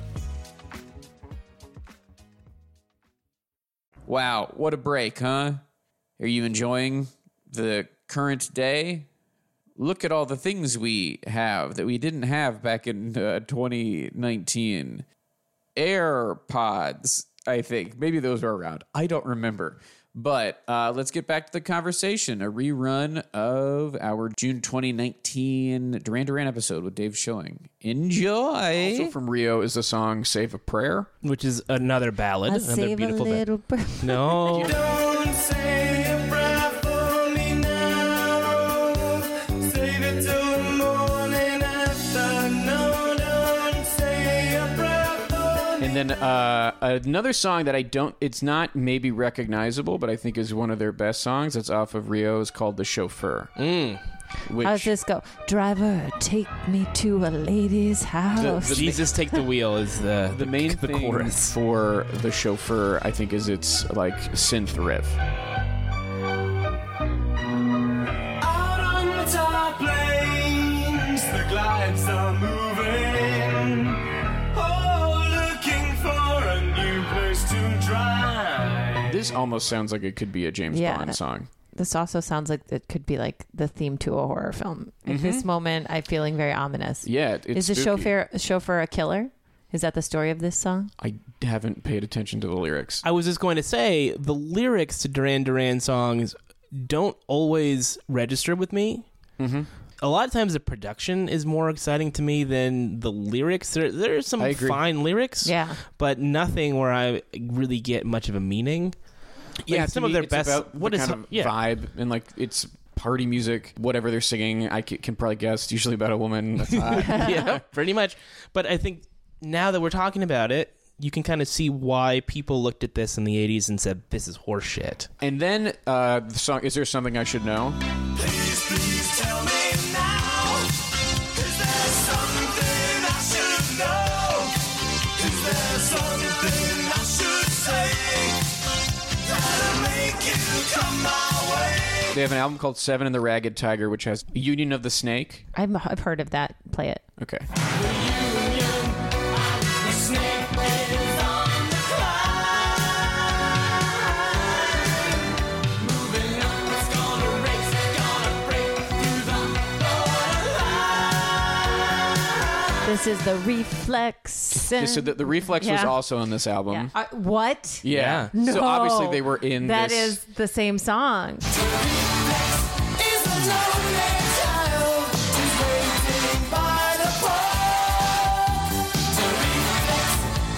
[SPEAKER 1] Wow, what a break, huh? Are you enjoying the current day? Look at all the things we have that we didn't have back in uh, 2019. AirPods, I think. Maybe those were around. I don't remember. But uh, let's get back to the conversation. A rerun of our June 2019 Duran Duran episode with Dave Schilling. Enjoy.
[SPEAKER 2] Also from Rio is the song "Save a Prayer."
[SPEAKER 3] which is another ballad,
[SPEAKER 4] I'll
[SPEAKER 3] another
[SPEAKER 4] save a
[SPEAKER 3] beautiful ballad.
[SPEAKER 4] little bird.
[SPEAKER 3] No,
[SPEAKER 7] Don't say a prayer for me now. Save it till morning after. No, don't say a prayer for me.
[SPEAKER 2] And then uh, another song that I don't, it's not maybe recognizable, but I think is one of their best songs. That's off of Rio is called The Chauffeur. Which
[SPEAKER 4] How's this go? Driver, take me to a lady's house.
[SPEAKER 3] Jesus, take the wheel is the
[SPEAKER 2] the main
[SPEAKER 3] the
[SPEAKER 2] thing
[SPEAKER 3] chorus.
[SPEAKER 2] for The Chauffeur, I think, is its like synth riff.
[SPEAKER 7] Out on the top lanes, the glides are moving. Oh, looking for a new place to drive.
[SPEAKER 2] This almost sounds like it could be a James
[SPEAKER 4] Yeah.
[SPEAKER 2] Bond song.
[SPEAKER 4] This also sounds like it could be like the theme to a horror film. At this moment, I'm feeling very ominous.
[SPEAKER 2] Mm-hmm. Yeah, it- it's
[SPEAKER 4] is the
[SPEAKER 2] spooky.
[SPEAKER 4] chauffeur chauffeur a killer? Is that the story of this song?
[SPEAKER 2] I haven't paid attention to the lyrics.
[SPEAKER 3] I was just going to say the lyrics to Duran Duran songs don't always register with me. A lot of times, the production is more exciting to me than the lyrics. There, there are some
[SPEAKER 2] I agree.
[SPEAKER 3] fine lyrics,
[SPEAKER 4] Yeah.
[SPEAKER 3] but nothing where I really get much of a meaning. Like,
[SPEAKER 2] to
[SPEAKER 3] some of
[SPEAKER 2] me,
[SPEAKER 3] their
[SPEAKER 2] it's
[SPEAKER 3] best.
[SPEAKER 2] about
[SPEAKER 3] what
[SPEAKER 2] the
[SPEAKER 3] is
[SPEAKER 2] kind of
[SPEAKER 3] yeah.
[SPEAKER 2] vibe and like it's party music, whatever they're singing. I c- can probably guess usually about a woman. That's hot.
[SPEAKER 3] yeah, pretty much. But I think now that we're talking about it, you can kind of see why people looked at this in the 80s and said, this is horseshit.
[SPEAKER 2] and then uh, the song. Is there something I should know?
[SPEAKER 7] Please, please tell me now. Is there something I should know? Is there something I should say that'll make you come my way?
[SPEAKER 2] They have an album called Seven and the Ragged Tiger, which has Union of the Snake.
[SPEAKER 4] I've, I've heard of that. Play it.
[SPEAKER 2] Okay.
[SPEAKER 7] The snake is on the climb. Moving up, it's gonna race, gonna break through the borderline.
[SPEAKER 4] This is the reflex.
[SPEAKER 2] So the, the Reflex was
[SPEAKER 4] Yeah.
[SPEAKER 2] also on this album.
[SPEAKER 4] Yeah. Uh, what?
[SPEAKER 2] Yeah.
[SPEAKER 4] No.
[SPEAKER 2] So obviously they were in
[SPEAKER 4] That
[SPEAKER 2] this.
[SPEAKER 4] is the same song.
[SPEAKER 7] Is the lonely child who's waiting by the pole. The reflex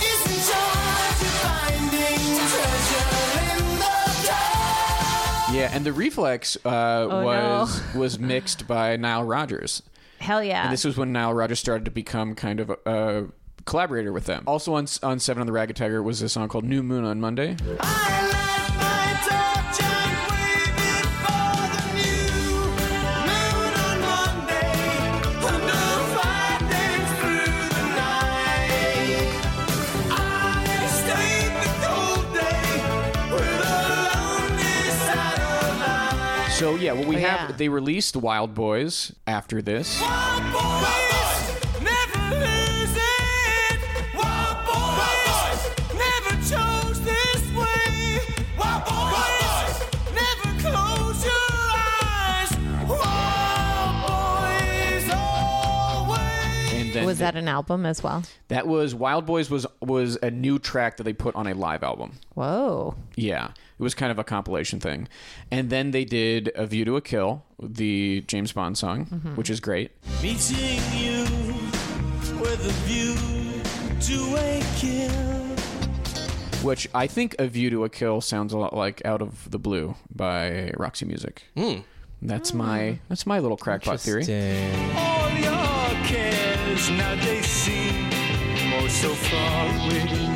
[SPEAKER 7] is in charge of finding treasure in the dark.
[SPEAKER 2] Yeah, and the Reflex uh,
[SPEAKER 4] Oh, no.
[SPEAKER 2] was was mixed by Nile Rodgers.
[SPEAKER 4] Hell yeah.
[SPEAKER 2] And this was when Nile Rodgers started to become kind of a, a collaborator with them. Also on on Seven and the Ragged Tiger was a song called New Moon on Monday.
[SPEAKER 7] I let my touch and wave it for the new moon on Monday. Under findings through the night. I stayed the cold day with a lonely satellite.
[SPEAKER 2] So yeah, what we
[SPEAKER 4] Oh,
[SPEAKER 2] have
[SPEAKER 4] yeah.
[SPEAKER 2] they released Wild Boys after this.
[SPEAKER 7] Wild boys never lose it. Wild boys never chose this way. Wild boys never close your eyes. Wild boys always.
[SPEAKER 2] And then
[SPEAKER 4] was that an album as well?
[SPEAKER 2] that was Wild Boys was was a new track that they put on a live album.
[SPEAKER 4] Whoa.
[SPEAKER 2] Yeah, it was kind of a compilation thing. And then they did A View to a Kill, the James Bond song,
[SPEAKER 4] Mm-hmm.
[SPEAKER 2] which is great.
[SPEAKER 7] Meeting you with a view to a kill.
[SPEAKER 2] Which I think A View to a Kill sounds a lot like Out of the Blue by Roxy Music.
[SPEAKER 4] Hmm.
[SPEAKER 2] That's my that's my little crackpot theory.
[SPEAKER 3] Interesting.
[SPEAKER 7] All your cares now they seem oh so far away.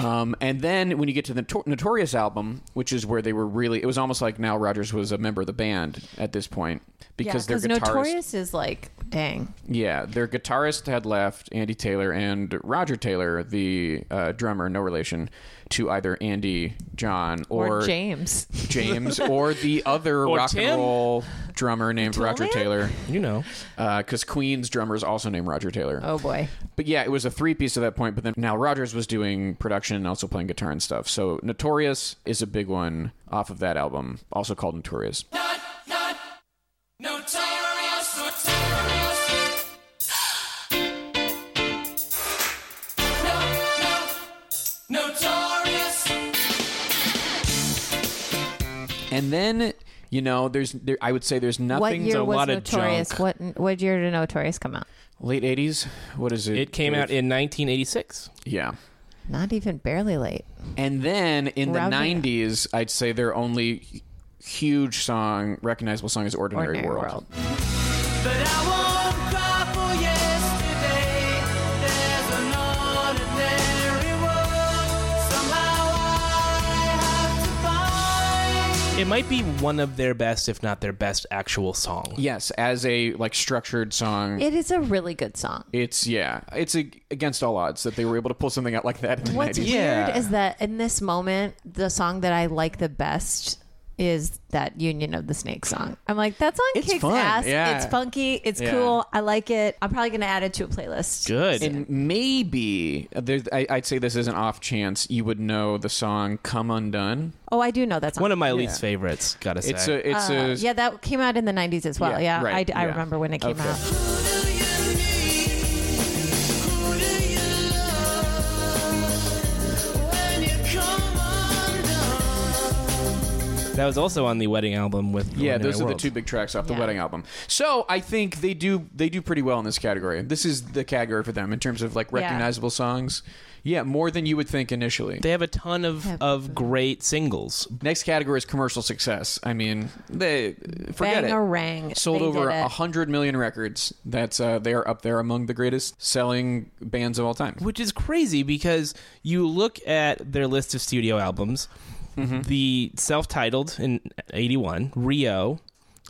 [SPEAKER 2] Um, and then when you get to the Notor- Notorious album, which is where they were really, it was almost like Nile Rodgers was a member of the band at this point because
[SPEAKER 4] yeah,
[SPEAKER 2] their guitarist,
[SPEAKER 4] Notorious is like, dang.
[SPEAKER 2] yeah, their guitarist had left Andy Taylor and Roger Taylor, the uh, drummer, no relation to either Andy, John, or,
[SPEAKER 4] Or, James.
[SPEAKER 2] James, or the other
[SPEAKER 3] Or
[SPEAKER 2] rock
[SPEAKER 3] Tim.
[SPEAKER 2] and roll drummer named Roger
[SPEAKER 4] Tillman?
[SPEAKER 2] Taylor,
[SPEAKER 3] You know.
[SPEAKER 2] because Queen's drummer is also named Roger Taylor.
[SPEAKER 4] Oh boy.
[SPEAKER 2] But yeah, it was a three piece at that point. But then now Rogers was doing production and also playing guitar and stuff. So Notorious is a big one off of that album, also called Notorious.
[SPEAKER 7] Notorious, notorious. No, no, notorious.
[SPEAKER 2] And then you know, there's there, I would say there's
[SPEAKER 4] What
[SPEAKER 2] nothing.
[SPEAKER 4] year
[SPEAKER 3] a
[SPEAKER 4] was
[SPEAKER 3] lot of
[SPEAKER 4] Notorious?
[SPEAKER 3] junk.
[SPEAKER 4] What what year did Notorious come out?
[SPEAKER 2] late '80s. What is it?
[SPEAKER 3] It came out in 1986.
[SPEAKER 2] yeah.
[SPEAKER 4] Not even barely late.
[SPEAKER 2] And then in
[SPEAKER 4] Rounding up.
[SPEAKER 2] the '90s, I'd say their only huge song, recognizable song, is "Ordinary,
[SPEAKER 4] Ordinary
[SPEAKER 2] World.
[SPEAKER 4] World.
[SPEAKER 7] But I won't cry for yesterday. There's an ordinary world. Somehow I have to find.
[SPEAKER 3] It might be one of their best, if not their best, actual song.
[SPEAKER 2] Yes, as a like structured song.
[SPEAKER 4] It is a really good song.
[SPEAKER 2] it's yeah, it's a, against all odds that they were able to pull something out like that in the
[SPEAKER 4] What's
[SPEAKER 2] 90s.
[SPEAKER 4] weird is that in this moment, the song that I like the best is that Union of the Snake song. I'm like, that song
[SPEAKER 2] It's
[SPEAKER 4] kicks
[SPEAKER 2] fun,
[SPEAKER 4] ass.
[SPEAKER 2] yeah.
[SPEAKER 4] It's funky. It's
[SPEAKER 2] Yeah.
[SPEAKER 4] cool. I like it. I'm probably gonna add it to a playlist.
[SPEAKER 3] Good.
[SPEAKER 2] And maybe there, I, I'd say this is an off chance you would know the song "Come Undone."
[SPEAKER 4] Oh, I do know that song.
[SPEAKER 3] one of my least favorites, gotta say.
[SPEAKER 2] It's a, it's a,
[SPEAKER 4] Uh, yeah, that came out in the 90s as well.
[SPEAKER 2] Yeah,
[SPEAKER 4] Yeah,
[SPEAKER 2] right,
[SPEAKER 4] I, I
[SPEAKER 2] yeah.
[SPEAKER 4] remember when it came
[SPEAKER 2] Okay.
[SPEAKER 4] out.
[SPEAKER 7] Who do you need? Who do you love? When you come undone.
[SPEAKER 3] that was also on the wedding album with.
[SPEAKER 2] yeah.
[SPEAKER 3] Ordinary
[SPEAKER 2] Those are the
[SPEAKER 3] World.
[SPEAKER 2] two big tracks off the
[SPEAKER 4] Yeah.
[SPEAKER 2] wedding album. So I think they do they do pretty well in this category. This is the category for them in terms of like
[SPEAKER 4] Yeah.
[SPEAKER 2] recognizable songs. Yeah, more than you would think initially.
[SPEAKER 3] They have a ton of,
[SPEAKER 4] Have-
[SPEAKER 3] of great singles.
[SPEAKER 2] Next category is commercial success. I mean, they forget it.
[SPEAKER 4] Bangarang.
[SPEAKER 2] Sold
[SPEAKER 4] They
[SPEAKER 2] over
[SPEAKER 4] did it.
[SPEAKER 2] a hundred million records. That's uh, they are up there among the greatest selling bands of all time.
[SPEAKER 3] which is crazy because you look at their list of studio albums
[SPEAKER 2] Mm-hmm.
[SPEAKER 3] the self-titled in 81 rio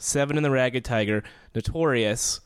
[SPEAKER 3] seven and the ragged tiger notorious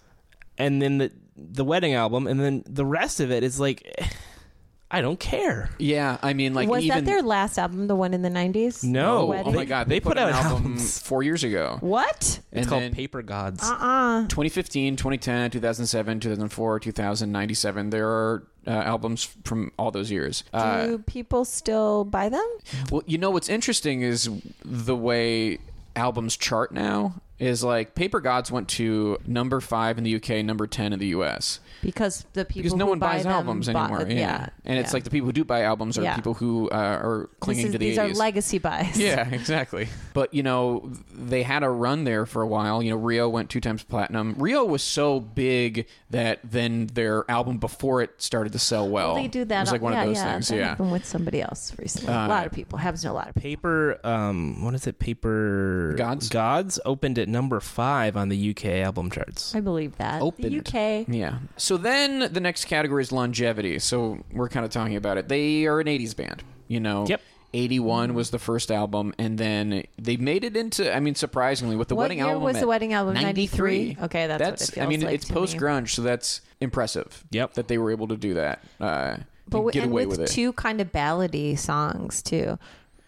[SPEAKER 3] and then the the wedding album and then the rest of it is like i don't care
[SPEAKER 2] Yeah, I mean, like
[SPEAKER 4] was
[SPEAKER 2] even
[SPEAKER 4] that their last album, the one in the 90s?
[SPEAKER 3] no
[SPEAKER 2] Oh, oh my god, they, put, out an album four years ago.
[SPEAKER 4] What?
[SPEAKER 3] it's
[SPEAKER 2] and
[SPEAKER 3] called
[SPEAKER 2] then
[SPEAKER 3] paper gods
[SPEAKER 2] 2015, 2010, 2007, 2004, 2097. There are uh, albums from all those years. Uh,
[SPEAKER 4] Do people still buy them?
[SPEAKER 2] well, you know what's interesting is the way albums chart now is like Paper Gods went to number five in the UK, number 10 in the US.
[SPEAKER 4] Because the people
[SPEAKER 2] Because no
[SPEAKER 4] who
[SPEAKER 2] one
[SPEAKER 4] buy
[SPEAKER 2] buys
[SPEAKER 4] them
[SPEAKER 2] albums
[SPEAKER 4] buy-
[SPEAKER 2] anymore. Yeah. And it's
[SPEAKER 4] yeah.
[SPEAKER 2] like the people who do buy albums are
[SPEAKER 4] Yeah.
[SPEAKER 2] people who uh, are
[SPEAKER 4] This
[SPEAKER 2] clinging
[SPEAKER 4] is-
[SPEAKER 2] to the
[SPEAKER 4] these
[SPEAKER 2] 80s.
[SPEAKER 4] are legacy buys.
[SPEAKER 2] Yeah, exactly. But you know, they had a run there for a while. You know, Rio went two times platinum. Rio was so big that then their album before it started to sell well.
[SPEAKER 4] They do that.
[SPEAKER 2] It was like one
[SPEAKER 4] yeah,
[SPEAKER 2] of those
[SPEAKER 4] yeah,
[SPEAKER 2] things.
[SPEAKER 4] That
[SPEAKER 2] Yeah. Uh,
[SPEAKER 4] happened with somebody else recently. a lot of people happens to a lot of people.
[SPEAKER 3] paper um what is it paper
[SPEAKER 2] Gods?
[SPEAKER 3] gods opened at number five on the uk album charts
[SPEAKER 4] I believe that.
[SPEAKER 2] Opened.
[SPEAKER 4] The UK.
[SPEAKER 2] Yeah. So then the next category is longevity. So we're kind of talking about it. They are an 80s band, you know.
[SPEAKER 3] Yep.
[SPEAKER 2] 81 was the first album and then they made it into I mean surprisingly with the
[SPEAKER 4] What
[SPEAKER 2] wedding
[SPEAKER 4] year
[SPEAKER 2] album
[SPEAKER 4] was
[SPEAKER 2] at
[SPEAKER 4] the wedding album?
[SPEAKER 2] 93.
[SPEAKER 4] 93? Okay, that's what it
[SPEAKER 2] I
[SPEAKER 4] feels
[SPEAKER 2] mean
[SPEAKER 4] like
[SPEAKER 2] it's
[SPEAKER 4] to me.
[SPEAKER 2] post grunge so that's impressive.
[SPEAKER 3] Yep.
[SPEAKER 2] That they were able to do that. Uh
[SPEAKER 4] But
[SPEAKER 2] and
[SPEAKER 4] w-
[SPEAKER 2] get
[SPEAKER 4] and
[SPEAKER 2] away
[SPEAKER 4] with,
[SPEAKER 2] with, it.
[SPEAKER 4] two kind of ballady songs too,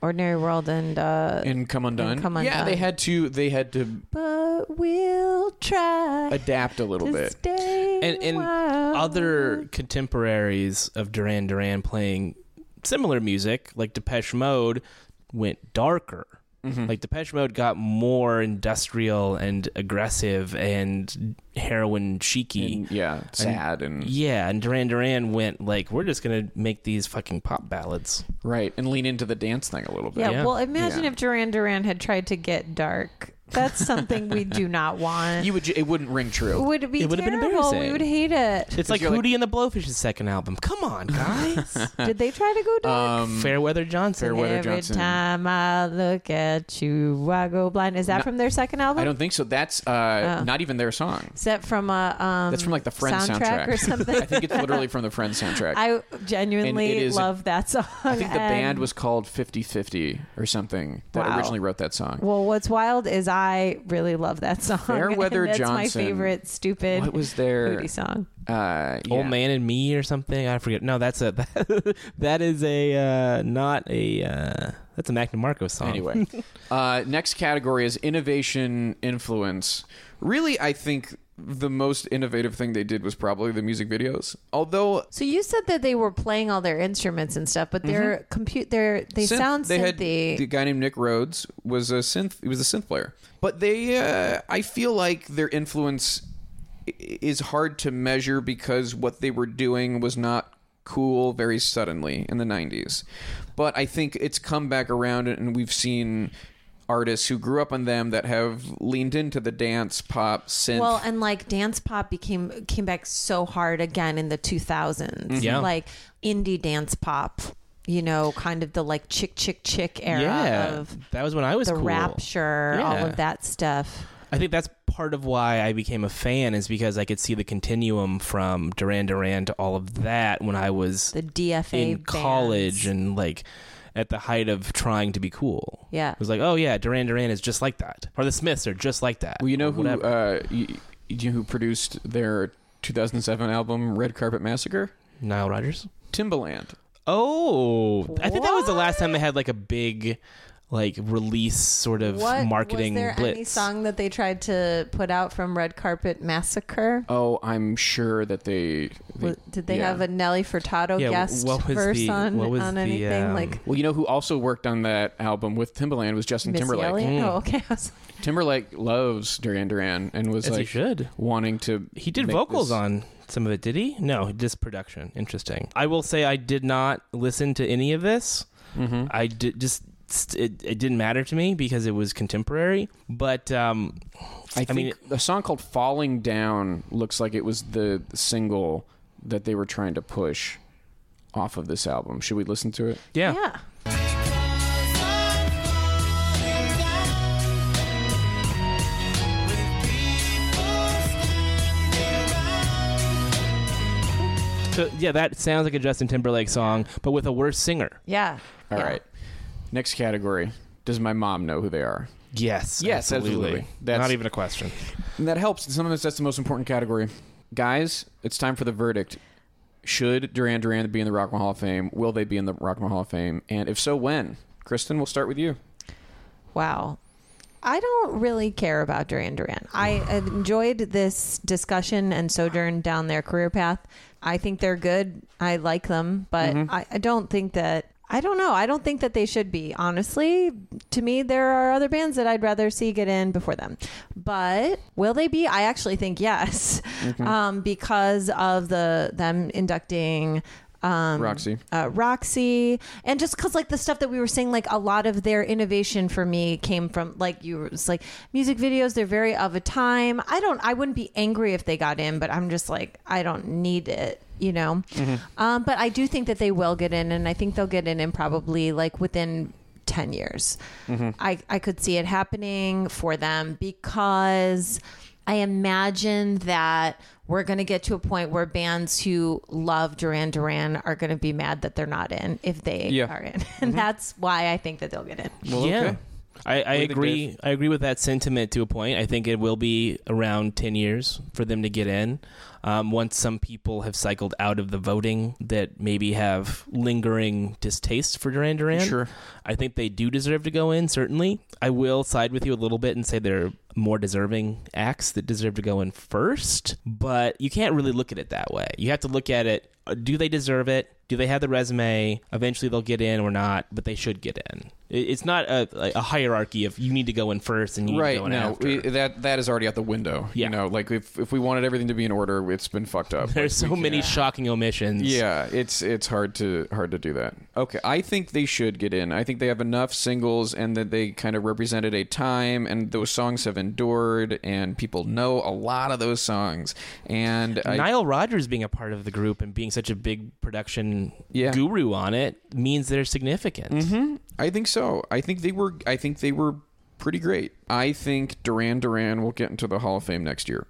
[SPEAKER 4] "Ordinary World" and uh,
[SPEAKER 2] and come undone.
[SPEAKER 4] and Come
[SPEAKER 2] Yeah,
[SPEAKER 4] Undone.
[SPEAKER 2] they had to they had to
[SPEAKER 4] "But We'll Try."
[SPEAKER 2] adapt a little
[SPEAKER 4] to
[SPEAKER 2] bit.
[SPEAKER 4] Stay
[SPEAKER 3] and and
[SPEAKER 4] wild.
[SPEAKER 3] other contemporaries of Duran Duran playing similar music, like Depeche Mode, went darker.
[SPEAKER 1] Mm-hmm.
[SPEAKER 3] Like Depeche Mode got more industrial and aggressive and heroin cheeky.
[SPEAKER 2] And, yeah, sad and,
[SPEAKER 3] yeah, and Duran Duran went like, we're just gonna make these fucking pop ballads.
[SPEAKER 2] right and lean into the dance thing a little bit.
[SPEAKER 4] Yeah,
[SPEAKER 3] Yeah.
[SPEAKER 4] well, imagine
[SPEAKER 2] Yeah.
[SPEAKER 4] if Duran Duran had tried to get dark That's something we do not want.
[SPEAKER 1] You would. ju- It wouldn't ring true.
[SPEAKER 4] would it be
[SPEAKER 3] It would've been
[SPEAKER 4] terrible. we
[SPEAKER 3] embarrassing.
[SPEAKER 4] would hate it.
[SPEAKER 3] It's like
[SPEAKER 1] you're like-
[SPEAKER 3] Hootie and the Blowfish's second album. Come on, guys.
[SPEAKER 4] Did they try to go dark?
[SPEAKER 3] Fairweather Johnson.
[SPEAKER 1] Um, Fairweather-
[SPEAKER 4] Every
[SPEAKER 1] Uh, Johnson.
[SPEAKER 4] time I look at you, I go blind. Is that from their second album?
[SPEAKER 1] I don't think so. That's uh, not even their song.
[SPEAKER 4] Is that from a um,
[SPEAKER 1] That's from like the Friends soundtrack,
[SPEAKER 4] soundtrack, or something?
[SPEAKER 1] I think it's literally from the Friends soundtrack. I,
[SPEAKER 4] I genuinely
[SPEAKER 1] is a-
[SPEAKER 4] love that song. I
[SPEAKER 1] think the band was called 50 50 or something that
[SPEAKER 4] Wow.
[SPEAKER 1] originally wrote that song.
[SPEAKER 4] Well, what's wild is I really love that song.
[SPEAKER 1] Fairweather
[SPEAKER 4] That's my
[SPEAKER 1] Johnson.
[SPEAKER 4] favorite stupid
[SPEAKER 1] what was their
[SPEAKER 4] Hootie song.
[SPEAKER 1] Uh, yeah.
[SPEAKER 3] Old Man and Me or something. I forget. No, that's a that is a uh, not a uh, that's a Mac DeMarco song.
[SPEAKER 1] Anyway, uh, next category is innovation influence. Really, I think the most innovative thing they did was probably the music videos. Although
[SPEAKER 4] So you said that they were playing all their instruments and stuff, but they're
[SPEAKER 3] Mm-hmm.
[SPEAKER 4] compute. They're they
[SPEAKER 1] synth-
[SPEAKER 4] sound
[SPEAKER 1] they had
[SPEAKER 4] synthy.
[SPEAKER 1] the guy named Nick Rhodes was a synth. He was a synth player, but they uh, I feel like their influence i- is hard to measure because what they were doing was not cool very suddenly in the 90s. But I think it's come back around and we've seen artists who grew up on them that have leaned into the dance pop synth
[SPEAKER 4] well, and like dance pop became came back so hard again in the 2000s.
[SPEAKER 3] Mm-hmm. Yeah.
[SPEAKER 4] like indie dance pop. You know, kind of the like chick chick chick era
[SPEAKER 3] Yeah,
[SPEAKER 4] of
[SPEAKER 3] that was when I was
[SPEAKER 4] the
[SPEAKER 3] cool.
[SPEAKER 4] rapture, all
[SPEAKER 3] Yeah.
[SPEAKER 4] of that stuff.
[SPEAKER 3] I think that's part of why I became a fan is because I could see the continuum from Duran Duran to all of that when I was
[SPEAKER 4] The DFA
[SPEAKER 3] in
[SPEAKER 4] bands.
[SPEAKER 3] college and like at the height of trying to be cool.
[SPEAKER 4] Yeah.
[SPEAKER 3] It was like, oh yeah, Duran Duran is just like that, or the Smiths are just like that.
[SPEAKER 1] Well, you know
[SPEAKER 3] or
[SPEAKER 1] who
[SPEAKER 3] whatever.
[SPEAKER 1] uh, you, you know who produced their 2007 album Red Carpet Massacre?
[SPEAKER 3] Nile Rodgers.
[SPEAKER 1] Timbaland.
[SPEAKER 3] Oh, I think that was the last time they had like a big like release sort of marketing
[SPEAKER 4] was there
[SPEAKER 3] blitz.
[SPEAKER 4] any song that they tried to put out from Red Carpet Massacre?
[SPEAKER 1] Oh, I'm sure that they. they-
[SPEAKER 4] Wa- Did they
[SPEAKER 1] yeah.
[SPEAKER 4] have a Nelly Furtado
[SPEAKER 3] Yeah, wh-
[SPEAKER 4] guest
[SPEAKER 3] what was
[SPEAKER 4] verse
[SPEAKER 3] the-
[SPEAKER 4] on,
[SPEAKER 3] what was
[SPEAKER 4] on
[SPEAKER 3] the,
[SPEAKER 4] anything
[SPEAKER 3] um,
[SPEAKER 4] like
[SPEAKER 1] Well, you know who also worked on that album with Timbaland was Justin
[SPEAKER 4] Missy
[SPEAKER 1] Timberlake.
[SPEAKER 4] Elliott?
[SPEAKER 3] Mm.
[SPEAKER 4] Oh, okay. I was like,
[SPEAKER 1] Timberlake loves Duran Duran and was
[SPEAKER 3] As he
[SPEAKER 1] like
[SPEAKER 3] should.
[SPEAKER 1] wanting to.
[SPEAKER 3] He did
[SPEAKER 1] make
[SPEAKER 3] vocals
[SPEAKER 1] this-
[SPEAKER 3] on some of it, did he? No, just production. Interesting. I will say I did not listen to any of this.
[SPEAKER 1] Mm-hmm.
[SPEAKER 3] I did just st- it, it didn't matter to me because it was contemporary. But um,
[SPEAKER 1] I, think
[SPEAKER 3] mean-
[SPEAKER 1] a song called "Falling Down" looks like it was the single that they were trying to push off of this album. Should we listen to it?
[SPEAKER 3] yeah,
[SPEAKER 4] yeah.
[SPEAKER 3] So, yeah, that sounds like a Justin Timberlake song, but with a worse singer.
[SPEAKER 4] Yeah.
[SPEAKER 1] All right. Next category. Does my mom know who they are?
[SPEAKER 3] Yes,
[SPEAKER 1] Yes, absolutely. That's-
[SPEAKER 3] not even a question.
[SPEAKER 1] And that helps. Sometimes that's the most important category. Guys, it's time for the verdict. Should Duran Duran be in the Rock and Roll Hall of Fame? Will they be in the Rock and Roll Hall of Fame? And if so, when? Kristen, we'll start with you.
[SPEAKER 4] Wow. I don't really care about Duran Duran. I enjoyed this discussion and sojourn down their career path. I think they're good. I like them, but I, I don't think that. I don't know. I don't think that they should be. Honestly, to me, there are other bands that I'd rather see get in before them. But will they be? I actually think yes, um, because of the them inducting um,
[SPEAKER 1] Roxy.
[SPEAKER 4] uh, Roxy, and just because like the stuff that we were saying, like a lot of their innovation for me came from like you were just like music videos. They're very of a time. I don't. I wouldn't be angry if they got in, but I'm just like I don't need it. You know, um, but I do think that they will get in, and I think they'll get in, and probably like within 10 years. I, I could see it happening for them because I imagine that we're going to get to a point where bands who love Duran Duran are going to be mad that they're not in if they
[SPEAKER 1] Yeah. Mm-hmm.
[SPEAKER 4] are in. And that's why I think that they'll get in.
[SPEAKER 3] yeah.
[SPEAKER 1] okay.
[SPEAKER 3] I, I
[SPEAKER 1] think,
[SPEAKER 3] agree. I agree with that sentiment to a point. I think it will be around ten years for them to get in. Um, once some people have cycled out of the voting that maybe have lingering distaste for Duran Duran,
[SPEAKER 1] Sure.
[SPEAKER 3] I think they do deserve to go in. Certainly, I will side with you a little bit and say they're more deserving acts that deserve to go in first. But you can't really look at it that way. You have to look at it: uh, do they deserve it? Do they have the resume? Eventually, they'll get in or not, but they should get in. It- It's not a, like a hierarchy of you need to go in first and you need to
[SPEAKER 1] Right.
[SPEAKER 3] go in
[SPEAKER 1] No,
[SPEAKER 3] after.
[SPEAKER 1] we, that that is already out the window.
[SPEAKER 3] Yeah.
[SPEAKER 1] You know, like if if we wanted everything to be in order, it's been fucked up.
[SPEAKER 3] There's so many shocking omissions.
[SPEAKER 1] Yeah, it's it's hard to hard to do that. Okay, I think they should get in. I think they have enough singles, and that they kind of represented a time, and those songs have endured, and people know a lot of those songs. And I,
[SPEAKER 3] Nile Rodgers being a part of the group and being such a big production
[SPEAKER 1] Yeah. Mm-hmm.
[SPEAKER 3] guru on it means they're significant.
[SPEAKER 1] I think so. I think they were. I think they were pretty great. I think Duran Duran will get into the Hall of Fame next year.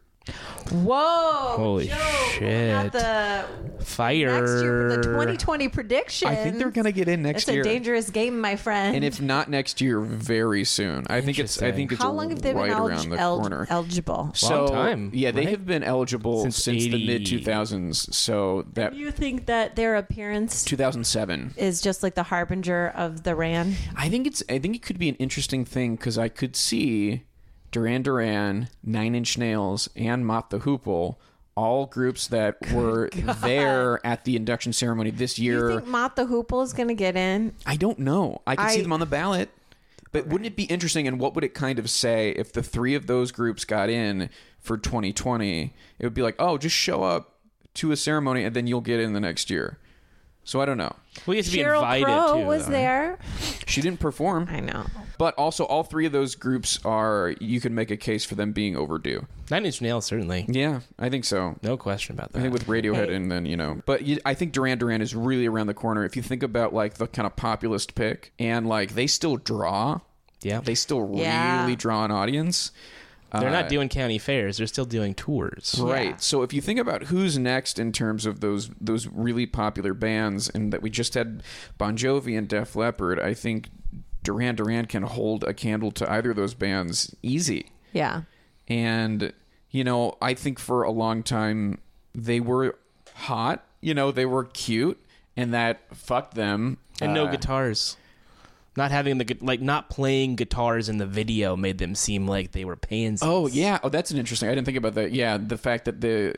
[SPEAKER 4] Whoa!
[SPEAKER 3] Holy
[SPEAKER 4] Joe,
[SPEAKER 3] shit.
[SPEAKER 4] Not the
[SPEAKER 3] Fire.
[SPEAKER 4] next year, but the 2020 prediction.
[SPEAKER 1] I think they're gonna get in next
[SPEAKER 4] It's a
[SPEAKER 1] year.
[SPEAKER 4] dangerous game, my friend.
[SPEAKER 1] and if not next year, very soon. I think it's. I think it's
[SPEAKER 4] how long have they been
[SPEAKER 1] right
[SPEAKER 4] elig-
[SPEAKER 1] around the
[SPEAKER 4] el-
[SPEAKER 1] corner.
[SPEAKER 4] eligible?
[SPEAKER 1] so,
[SPEAKER 3] time,
[SPEAKER 1] yeah, they
[SPEAKER 3] right?
[SPEAKER 1] have been eligible
[SPEAKER 3] Since
[SPEAKER 1] since, the
[SPEAKER 3] 80.
[SPEAKER 1] mid two thousands. So that
[SPEAKER 4] Do you think that their appearance
[SPEAKER 1] 2007.
[SPEAKER 4] is just like the harbinger of the Ran?
[SPEAKER 1] I think it's. I think it could be an interesting thing because I could see Duran Duran, Nine Inch Nails, and Mott the Hoople, all groups that were there at the induction ceremony this
[SPEAKER 4] Do
[SPEAKER 1] year.
[SPEAKER 4] you think Mott the Hoople is going to get in?
[SPEAKER 1] I don't know. I could
[SPEAKER 4] I-
[SPEAKER 1] see them on the ballot, but wouldn't it be interesting? And what would it kind of say if the three of those groups got in for 2020? It would be like, oh, just show up to a ceremony and then you'll get in the next year. So I don't know.
[SPEAKER 3] We have to be
[SPEAKER 4] Cheryl
[SPEAKER 3] invited
[SPEAKER 4] Crow
[SPEAKER 3] to. uh,
[SPEAKER 4] was
[SPEAKER 3] though.
[SPEAKER 4] there.
[SPEAKER 1] She didn't perform.
[SPEAKER 4] I know.
[SPEAKER 1] But also, all three of those groups are, you can make a case for them being overdue.
[SPEAKER 3] Nine Inch Nails, certainly.
[SPEAKER 1] Yeah, I think so.
[SPEAKER 3] No question about that.
[SPEAKER 1] I think with Radiohead and then, you know. But you, I think Duran Duran is really around the corner. If you think about, like, the kind of populist pick and, like, they still draw.
[SPEAKER 3] yeah.
[SPEAKER 1] They still
[SPEAKER 4] Yeah.
[SPEAKER 1] really draw an audience.
[SPEAKER 3] They're not doing county fairs. They're still doing tours.
[SPEAKER 1] Right. So if you think about who's next in terms of those those really popular bands, and that we just had Bon Jovi and Def Leppard, I think Duran Duran can hold a candle to either of those bands easy.
[SPEAKER 4] Yeah.
[SPEAKER 1] And you know, I think for a long time they were hot. You know, they were cute, and that fucked them.
[SPEAKER 3] And no
[SPEAKER 1] Uh,
[SPEAKER 3] guitars. Not having the gu- like not playing guitars in the video made them seem like they were pansies.
[SPEAKER 1] Oh yeah. Oh, that's an interesting. I didn't think about that. Yeah, the fact that the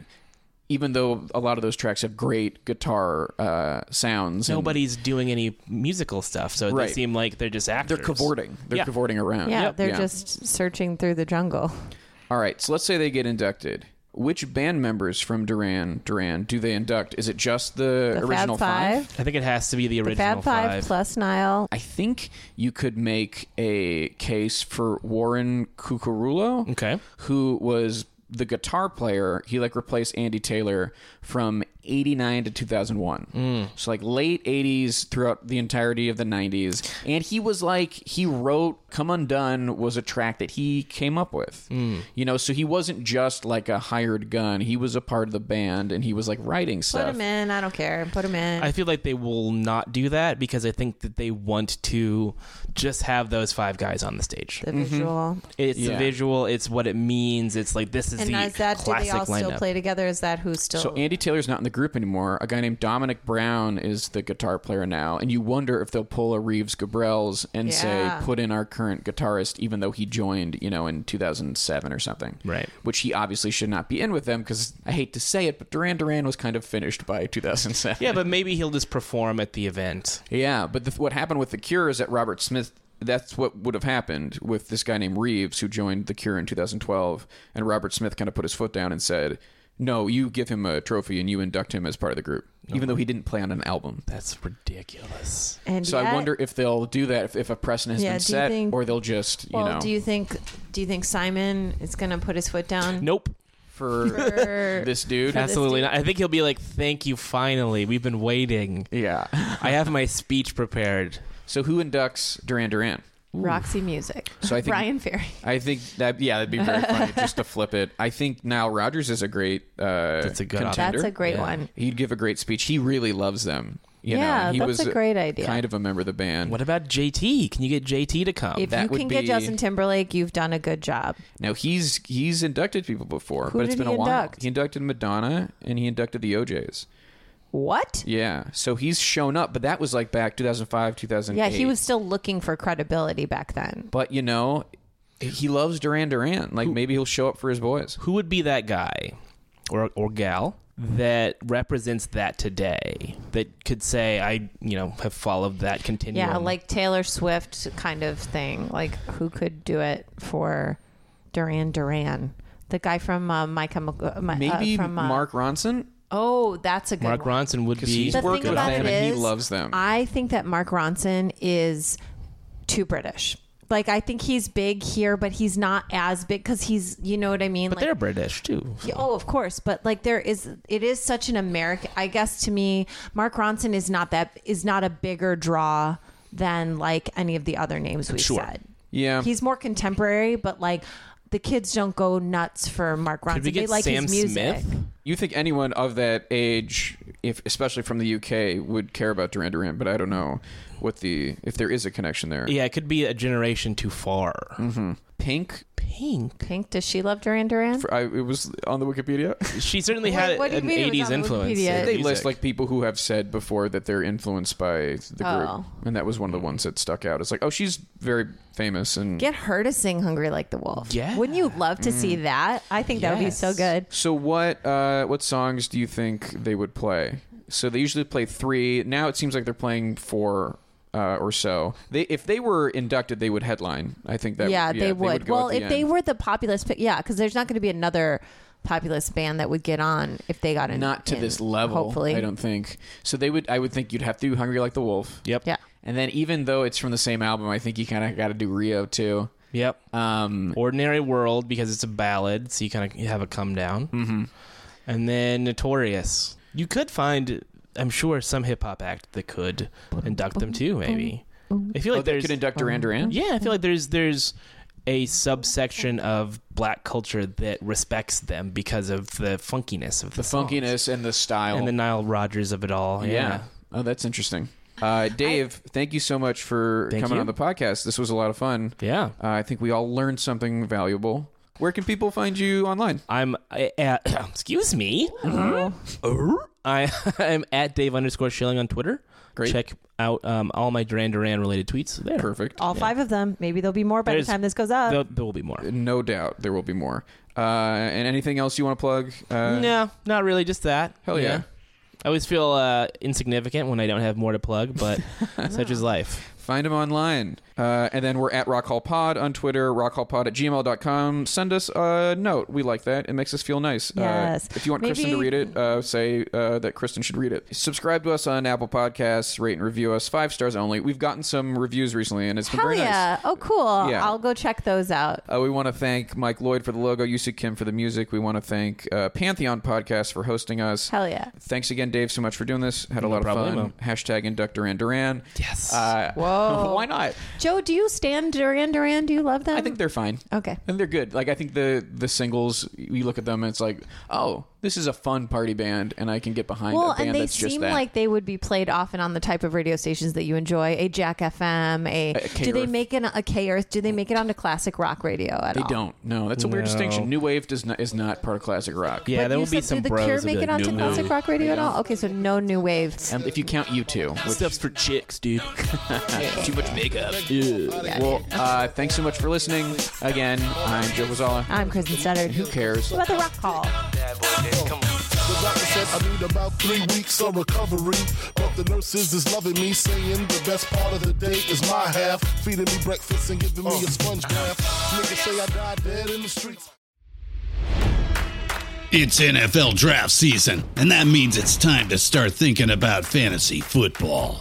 [SPEAKER 1] even though a lot of those tracks have great guitar uh, sounds, and
[SPEAKER 3] nobody's doing any musical stuff, so they
[SPEAKER 1] Right.
[SPEAKER 3] seem like they're just actors.
[SPEAKER 1] they're cavorting. They're
[SPEAKER 3] Yeah.
[SPEAKER 1] cavorting around.
[SPEAKER 4] Yeah, they're
[SPEAKER 1] Yeah.
[SPEAKER 4] just searching through the jungle.
[SPEAKER 1] All right. So let's say they get inducted. Which band members from Duran Duran do they induct? Is it just the,
[SPEAKER 4] The
[SPEAKER 1] original
[SPEAKER 4] Fab Five,
[SPEAKER 3] I think it has to be the
[SPEAKER 4] the
[SPEAKER 3] original
[SPEAKER 4] Fab Five, plus Nile.
[SPEAKER 1] I think you could make a case for Warren Cucurulo.
[SPEAKER 3] Okay.
[SPEAKER 1] Who was the guitar player. He like replaced Andy Taylor from 89 to 2001. So like late 80s throughout the entirety of the 90s. And he was like he wrote Come Undone was a track that he came up with. You know, so he wasn't just like a hired gun. He was a part of the band and he was like writing
[SPEAKER 4] Put
[SPEAKER 1] stuff.
[SPEAKER 4] him in. I don't care. Put him in.
[SPEAKER 3] I feel like they will not do that because I think that they want to just have those five guys on the stage.
[SPEAKER 1] mm-hmm.
[SPEAKER 4] the visual.
[SPEAKER 3] It's the
[SPEAKER 1] Yeah.
[SPEAKER 3] visual. It's what it means. It's like this is
[SPEAKER 4] And
[SPEAKER 3] the
[SPEAKER 4] is that do
[SPEAKER 3] classic
[SPEAKER 4] they all still
[SPEAKER 3] lineup.
[SPEAKER 4] play together? Is that who's still?
[SPEAKER 1] So Andy Taylor's not in the group anymore. A guy named Dominic Brown is the guitar player now, and you wonder if they'll pull a Reeves Gabrels and
[SPEAKER 4] Yeah.
[SPEAKER 1] say put in our current guitarist, even though he joined, you know, in 2007 or something.
[SPEAKER 3] Right.
[SPEAKER 1] Which he obviously should not be in with them because I hate to say it, but Duran Duran was kind of finished by 2007.
[SPEAKER 3] Yeah, but maybe he'll just perform at the event.
[SPEAKER 1] Yeah, but the, what happened with the Cure is that Robert Smith. That's what would have happened with this guy named Reeves, who joined the Cure in 2012, and Robert Smith kind of put his foot down and said, "No, you give him a trophy and you induct him as part of the group, even though he didn't play on an album."
[SPEAKER 3] That's ridiculous.
[SPEAKER 4] and
[SPEAKER 1] So I
[SPEAKER 4] yet-
[SPEAKER 1] wonder if they'll do that if, if a precedent has
[SPEAKER 4] Yeah,
[SPEAKER 1] been
[SPEAKER 4] do you
[SPEAKER 1] set,
[SPEAKER 4] think-
[SPEAKER 1] or they'll just you
[SPEAKER 4] Well,
[SPEAKER 1] know
[SPEAKER 4] do you think? Do you think Simon is going to put his foot down?
[SPEAKER 3] Nope.
[SPEAKER 1] for
[SPEAKER 4] For,
[SPEAKER 1] this dude.
[SPEAKER 3] Absolutely not. I think he'll be like, "Thank you, finally. We've been waiting.
[SPEAKER 1] yeah.
[SPEAKER 3] I have my speech prepared."
[SPEAKER 1] So who inducts Duran Duran?
[SPEAKER 4] Roxy Music.
[SPEAKER 1] So I think-
[SPEAKER 4] Brian Ferry.
[SPEAKER 1] I think that yeah, that'd be very funny just to flip it. I think Nile Rodgers is a great uh,
[SPEAKER 3] That's a good option.
[SPEAKER 1] contender.
[SPEAKER 4] That's a great one.
[SPEAKER 1] He'd give a great speech. He really loves them. You
[SPEAKER 4] Yeah,
[SPEAKER 1] know, he
[SPEAKER 4] that's
[SPEAKER 1] was
[SPEAKER 4] a great idea.
[SPEAKER 1] Kind of a member of the band.
[SPEAKER 3] What about JT? Can you get JT to come?
[SPEAKER 4] If
[SPEAKER 1] Um, that
[SPEAKER 4] you
[SPEAKER 1] would
[SPEAKER 4] can get
[SPEAKER 1] be-
[SPEAKER 4] Justin Timberlake, you've done a good job.
[SPEAKER 1] Now he's he's inducted people before,
[SPEAKER 4] Who
[SPEAKER 1] but it's
[SPEAKER 4] did
[SPEAKER 1] been
[SPEAKER 4] he
[SPEAKER 1] a while.
[SPEAKER 4] induct?
[SPEAKER 1] He inducted Madonna and he inducted the OJ's.
[SPEAKER 4] What?
[SPEAKER 1] Yeah, so he's shown up, but that was like back 2005, 2008.
[SPEAKER 4] Yeah, he was still looking for credibility back then.
[SPEAKER 1] But you know, he loves Duran Duran. Like maybe he'll show up for his boys.
[SPEAKER 3] Who would be that guy or or gal that represents that today that could say I you know have followed that continuum.
[SPEAKER 4] Yeah, like Taylor Swift kind of thing. Like who could do it for Duran Duran? The guy from uh, My Chemical. My, uh,
[SPEAKER 2] Maybe
[SPEAKER 4] from, uh,
[SPEAKER 2] Mark Ronson.
[SPEAKER 4] Oh, that's a good
[SPEAKER 3] Mark
[SPEAKER 4] one.
[SPEAKER 3] Ronson would be
[SPEAKER 2] he's
[SPEAKER 4] The
[SPEAKER 2] worked
[SPEAKER 4] thing
[SPEAKER 2] with
[SPEAKER 4] about
[SPEAKER 2] them
[SPEAKER 4] it
[SPEAKER 2] and he
[SPEAKER 4] is,
[SPEAKER 2] loves them.
[SPEAKER 4] I think that Mark Ronson is too British. Like I think he's big here, but he's not as big because he's you know what I mean.
[SPEAKER 3] but
[SPEAKER 4] like,
[SPEAKER 3] they're British too.
[SPEAKER 4] Yeah, Oh, of course, but like there is, it is such an American. I guess to me, Mark Ronson is not that is not a bigger draw than like any of the other names we've
[SPEAKER 3] Sure.
[SPEAKER 4] said.
[SPEAKER 2] Yeah.
[SPEAKER 4] he's more contemporary, but like the kids don't go nuts for Mark Ronson.
[SPEAKER 3] Could we
[SPEAKER 4] They
[SPEAKER 3] get
[SPEAKER 4] like
[SPEAKER 3] Sam
[SPEAKER 4] his music.
[SPEAKER 3] Smith?
[SPEAKER 2] You think anyone of that age, if especially from the UK, would care about Duran Duran? But I don't know what the if there is a connection there.
[SPEAKER 3] Yeah, it could be a generation too far.
[SPEAKER 2] Mm-hmm. Pink.
[SPEAKER 3] Pink.
[SPEAKER 4] Pink, does she love Duran Duran?
[SPEAKER 2] I, it was on the Wikipedia.
[SPEAKER 3] She certainly
[SPEAKER 4] What-
[SPEAKER 3] had
[SPEAKER 4] what do you
[SPEAKER 3] an
[SPEAKER 4] mean it was
[SPEAKER 3] '80s
[SPEAKER 4] on
[SPEAKER 3] influence.
[SPEAKER 4] Wikipedia?
[SPEAKER 3] in
[SPEAKER 2] They
[SPEAKER 3] music.
[SPEAKER 2] list like people who have said before that they're influenced by the group,
[SPEAKER 4] Oh.
[SPEAKER 2] and that was one of the ones that stuck out. It's like, oh, she's very famous, and
[SPEAKER 4] Get her to sing "Hungry Like the Wolf."
[SPEAKER 3] Yeah. Mm.
[SPEAKER 4] wouldn't you love to see that? I think that would be so
[SPEAKER 3] Yes.
[SPEAKER 4] good.
[SPEAKER 2] so what? Uh, what songs do you think they would play? So they usually play three. Now it seems like they're playing four. Uh, or so they if they were inducted they would headline i think that
[SPEAKER 4] yeah, they would.
[SPEAKER 2] go at
[SPEAKER 4] well,
[SPEAKER 2] the
[SPEAKER 4] if they
[SPEAKER 2] end.
[SPEAKER 4] were the populist, yeah, because there's not going to be another populist band that would get on if they got in.
[SPEAKER 1] Not to
[SPEAKER 4] in,
[SPEAKER 1] this level,
[SPEAKER 4] Hopefully,
[SPEAKER 1] I don't think. So they would. I would think you'd have to do "Hungry Like the Wolf."
[SPEAKER 3] Yep.
[SPEAKER 4] Yeah,
[SPEAKER 1] And then even though it's from the same album, I think you kind of got to do Rio too.
[SPEAKER 3] Yep.
[SPEAKER 1] Um,
[SPEAKER 3] Ordinary World because it's a ballad, so you kind of have a come down. Mm-hmm. And then Notorious. You could find, I'm sure, some hip hop act that could induct them too. Maybe I feel
[SPEAKER 1] oh,
[SPEAKER 3] like
[SPEAKER 1] they
[SPEAKER 3] there's
[SPEAKER 1] could induct Duran Duran.
[SPEAKER 3] yeah, I feel like there's there's a subsection of black culture that respects them because of the funkiness of
[SPEAKER 1] the
[SPEAKER 3] the,
[SPEAKER 1] funkiness and the style.
[SPEAKER 3] and the Nile Rodgers of it all.
[SPEAKER 1] yeah.
[SPEAKER 3] Yeah.
[SPEAKER 1] Oh, that's interesting.
[SPEAKER 2] Uh, Dave, thank you so much for
[SPEAKER 3] Thank
[SPEAKER 2] coming
[SPEAKER 3] you.
[SPEAKER 2] on the podcast. This was a lot of fun.
[SPEAKER 3] Yeah.
[SPEAKER 2] Uh, I think we all learned something valuable. Where can people find you online?
[SPEAKER 3] I'm I- at, excuse me.
[SPEAKER 2] Mm-hmm.
[SPEAKER 3] Er? I I'm at Dave underscore Schilling on Twitter.
[SPEAKER 2] Great.
[SPEAKER 3] Check out um, all my Duran Duran related tweets there.
[SPEAKER 2] Perfect.
[SPEAKER 4] all five of them. Maybe there'll be more by
[SPEAKER 3] There's-
[SPEAKER 4] the time this goes up.
[SPEAKER 3] There'll- there will be more.
[SPEAKER 2] No doubt there will be more. Uh, and anything else you want to plug? Uh,
[SPEAKER 3] no, not really. Just that.
[SPEAKER 2] Hell yeah.
[SPEAKER 3] I always feel uh, insignificant when I don't have more to plug, but such is life.
[SPEAKER 2] Find them online. Uh, and then we're at Rock Hall Pod on Twitter, rockhallpod at gmail.com. Send us a note. We like that. It makes us feel nice.
[SPEAKER 4] Yes.
[SPEAKER 2] Uh, if you want Kristen to
[SPEAKER 4] Maybe-
[SPEAKER 2] read it, uh, say uh, that Kristen should read it. Subscribe to us on Apple Podcasts, rate and review us. Five stars only. We've gotten some reviews recently, and it's been
[SPEAKER 4] Hell
[SPEAKER 2] very nice.
[SPEAKER 4] yeah! Oh, cool.
[SPEAKER 2] Yeah.
[SPEAKER 4] I'll go check those out.
[SPEAKER 2] Uh, we want to thank Mike Lloyd for the logo, Yusu Kim for the music. We want to thank uh, Pantheon Podcast for hosting us.
[SPEAKER 4] Hell yeah!
[SPEAKER 2] Thanks again, Dave, so much for doing this. Had a
[SPEAKER 3] No
[SPEAKER 2] lot of fun.
[SPEAKER 3] problemo.
[SPEAKER 2] Hashtag induct Duran Duran.
[SPEAKER 3] Yes.
[SPEAKER 2] Uh,
[SPEAKER 4] Whoa.
[SPEAKER 2] why not?
[SPEAKER 4] Joe, do you stand Duran Duran? Do you love them?
[SPEAKER 1] I think they're fine.
[SPEAKER 4] Okay.
[SPEAKER 1] And they're good. Like I think the the singles, you look at them and it's like, oh, this is a fun party band, and I can get behind.
[SPEAKER 4] well,
[SPEAKER 1] a band
[SPEAKER 4] and they
[SPEAKER 1] that's just
[SPEAKER 4] seem
[SPEAKER 1] that.
[SPEAKER 4] like they would be played often on the type of radio stations that you enjoy. A Jack FM. A,
[SPEAKER 1] K
[SPEAKER 4] do they
[SPEAKER 1] Earth.
[SPEAKER 4] make it a K Earth? Do they make it onto classic rock radio at
[SPEAKER 1] they
[SPEAKER 4] all?
[SPEAKER 1] don't. No, that's a weird
[SPEAKER 3] No.
[SPEAKER 1] distinction. New wave does not is not part of classic rock.
[SPEAKER 3] yeah,
[SPEAKER 4] But
[SPEAKER 3] there
[SPEAKER 4] you
[SPEAKER 3] will be
[SPEAKER 4] said,
[SPEAKER 3] some
[SPEAKER 4] did
[SPEAKER 3] bros.
[SPEAKER 4] The Cure
[SPEAKER 3] of
[SPEAKER 4] make
[SPEAKER 3] the
[SPEAKER 4] it onto
[SPEAKER 3] new
[SPEAKER 4] classic
[SPEAKER 3] wave.
[SPEAKER 4] rock radio at all? Okay, so no new wave.
[SPEAKER 1] And if you count you two, which
[SPEAKER 3] Stuff's for chicks, dude.
[SPEAKER 1] too much makeup. Well, uh, thanks so much for listening. Again, I'm Joe Wazala.
[SPEAKER 4] I'm Kristen Sutter.
[SPEAKER 1] Who cares?
[SPEAKER 4] What about the rock call?
[SPEAKER 8] The doctor said I need about three weeks of recovery. But the nurses is loving me, saying the best part of the day is my half. Feeding me breakfast and giving me a sponge bath. Niggas say I died dead in the streets.
[SPEAKER 9] It's NFL draft season, and that means it's time to start thinking about fantasy football.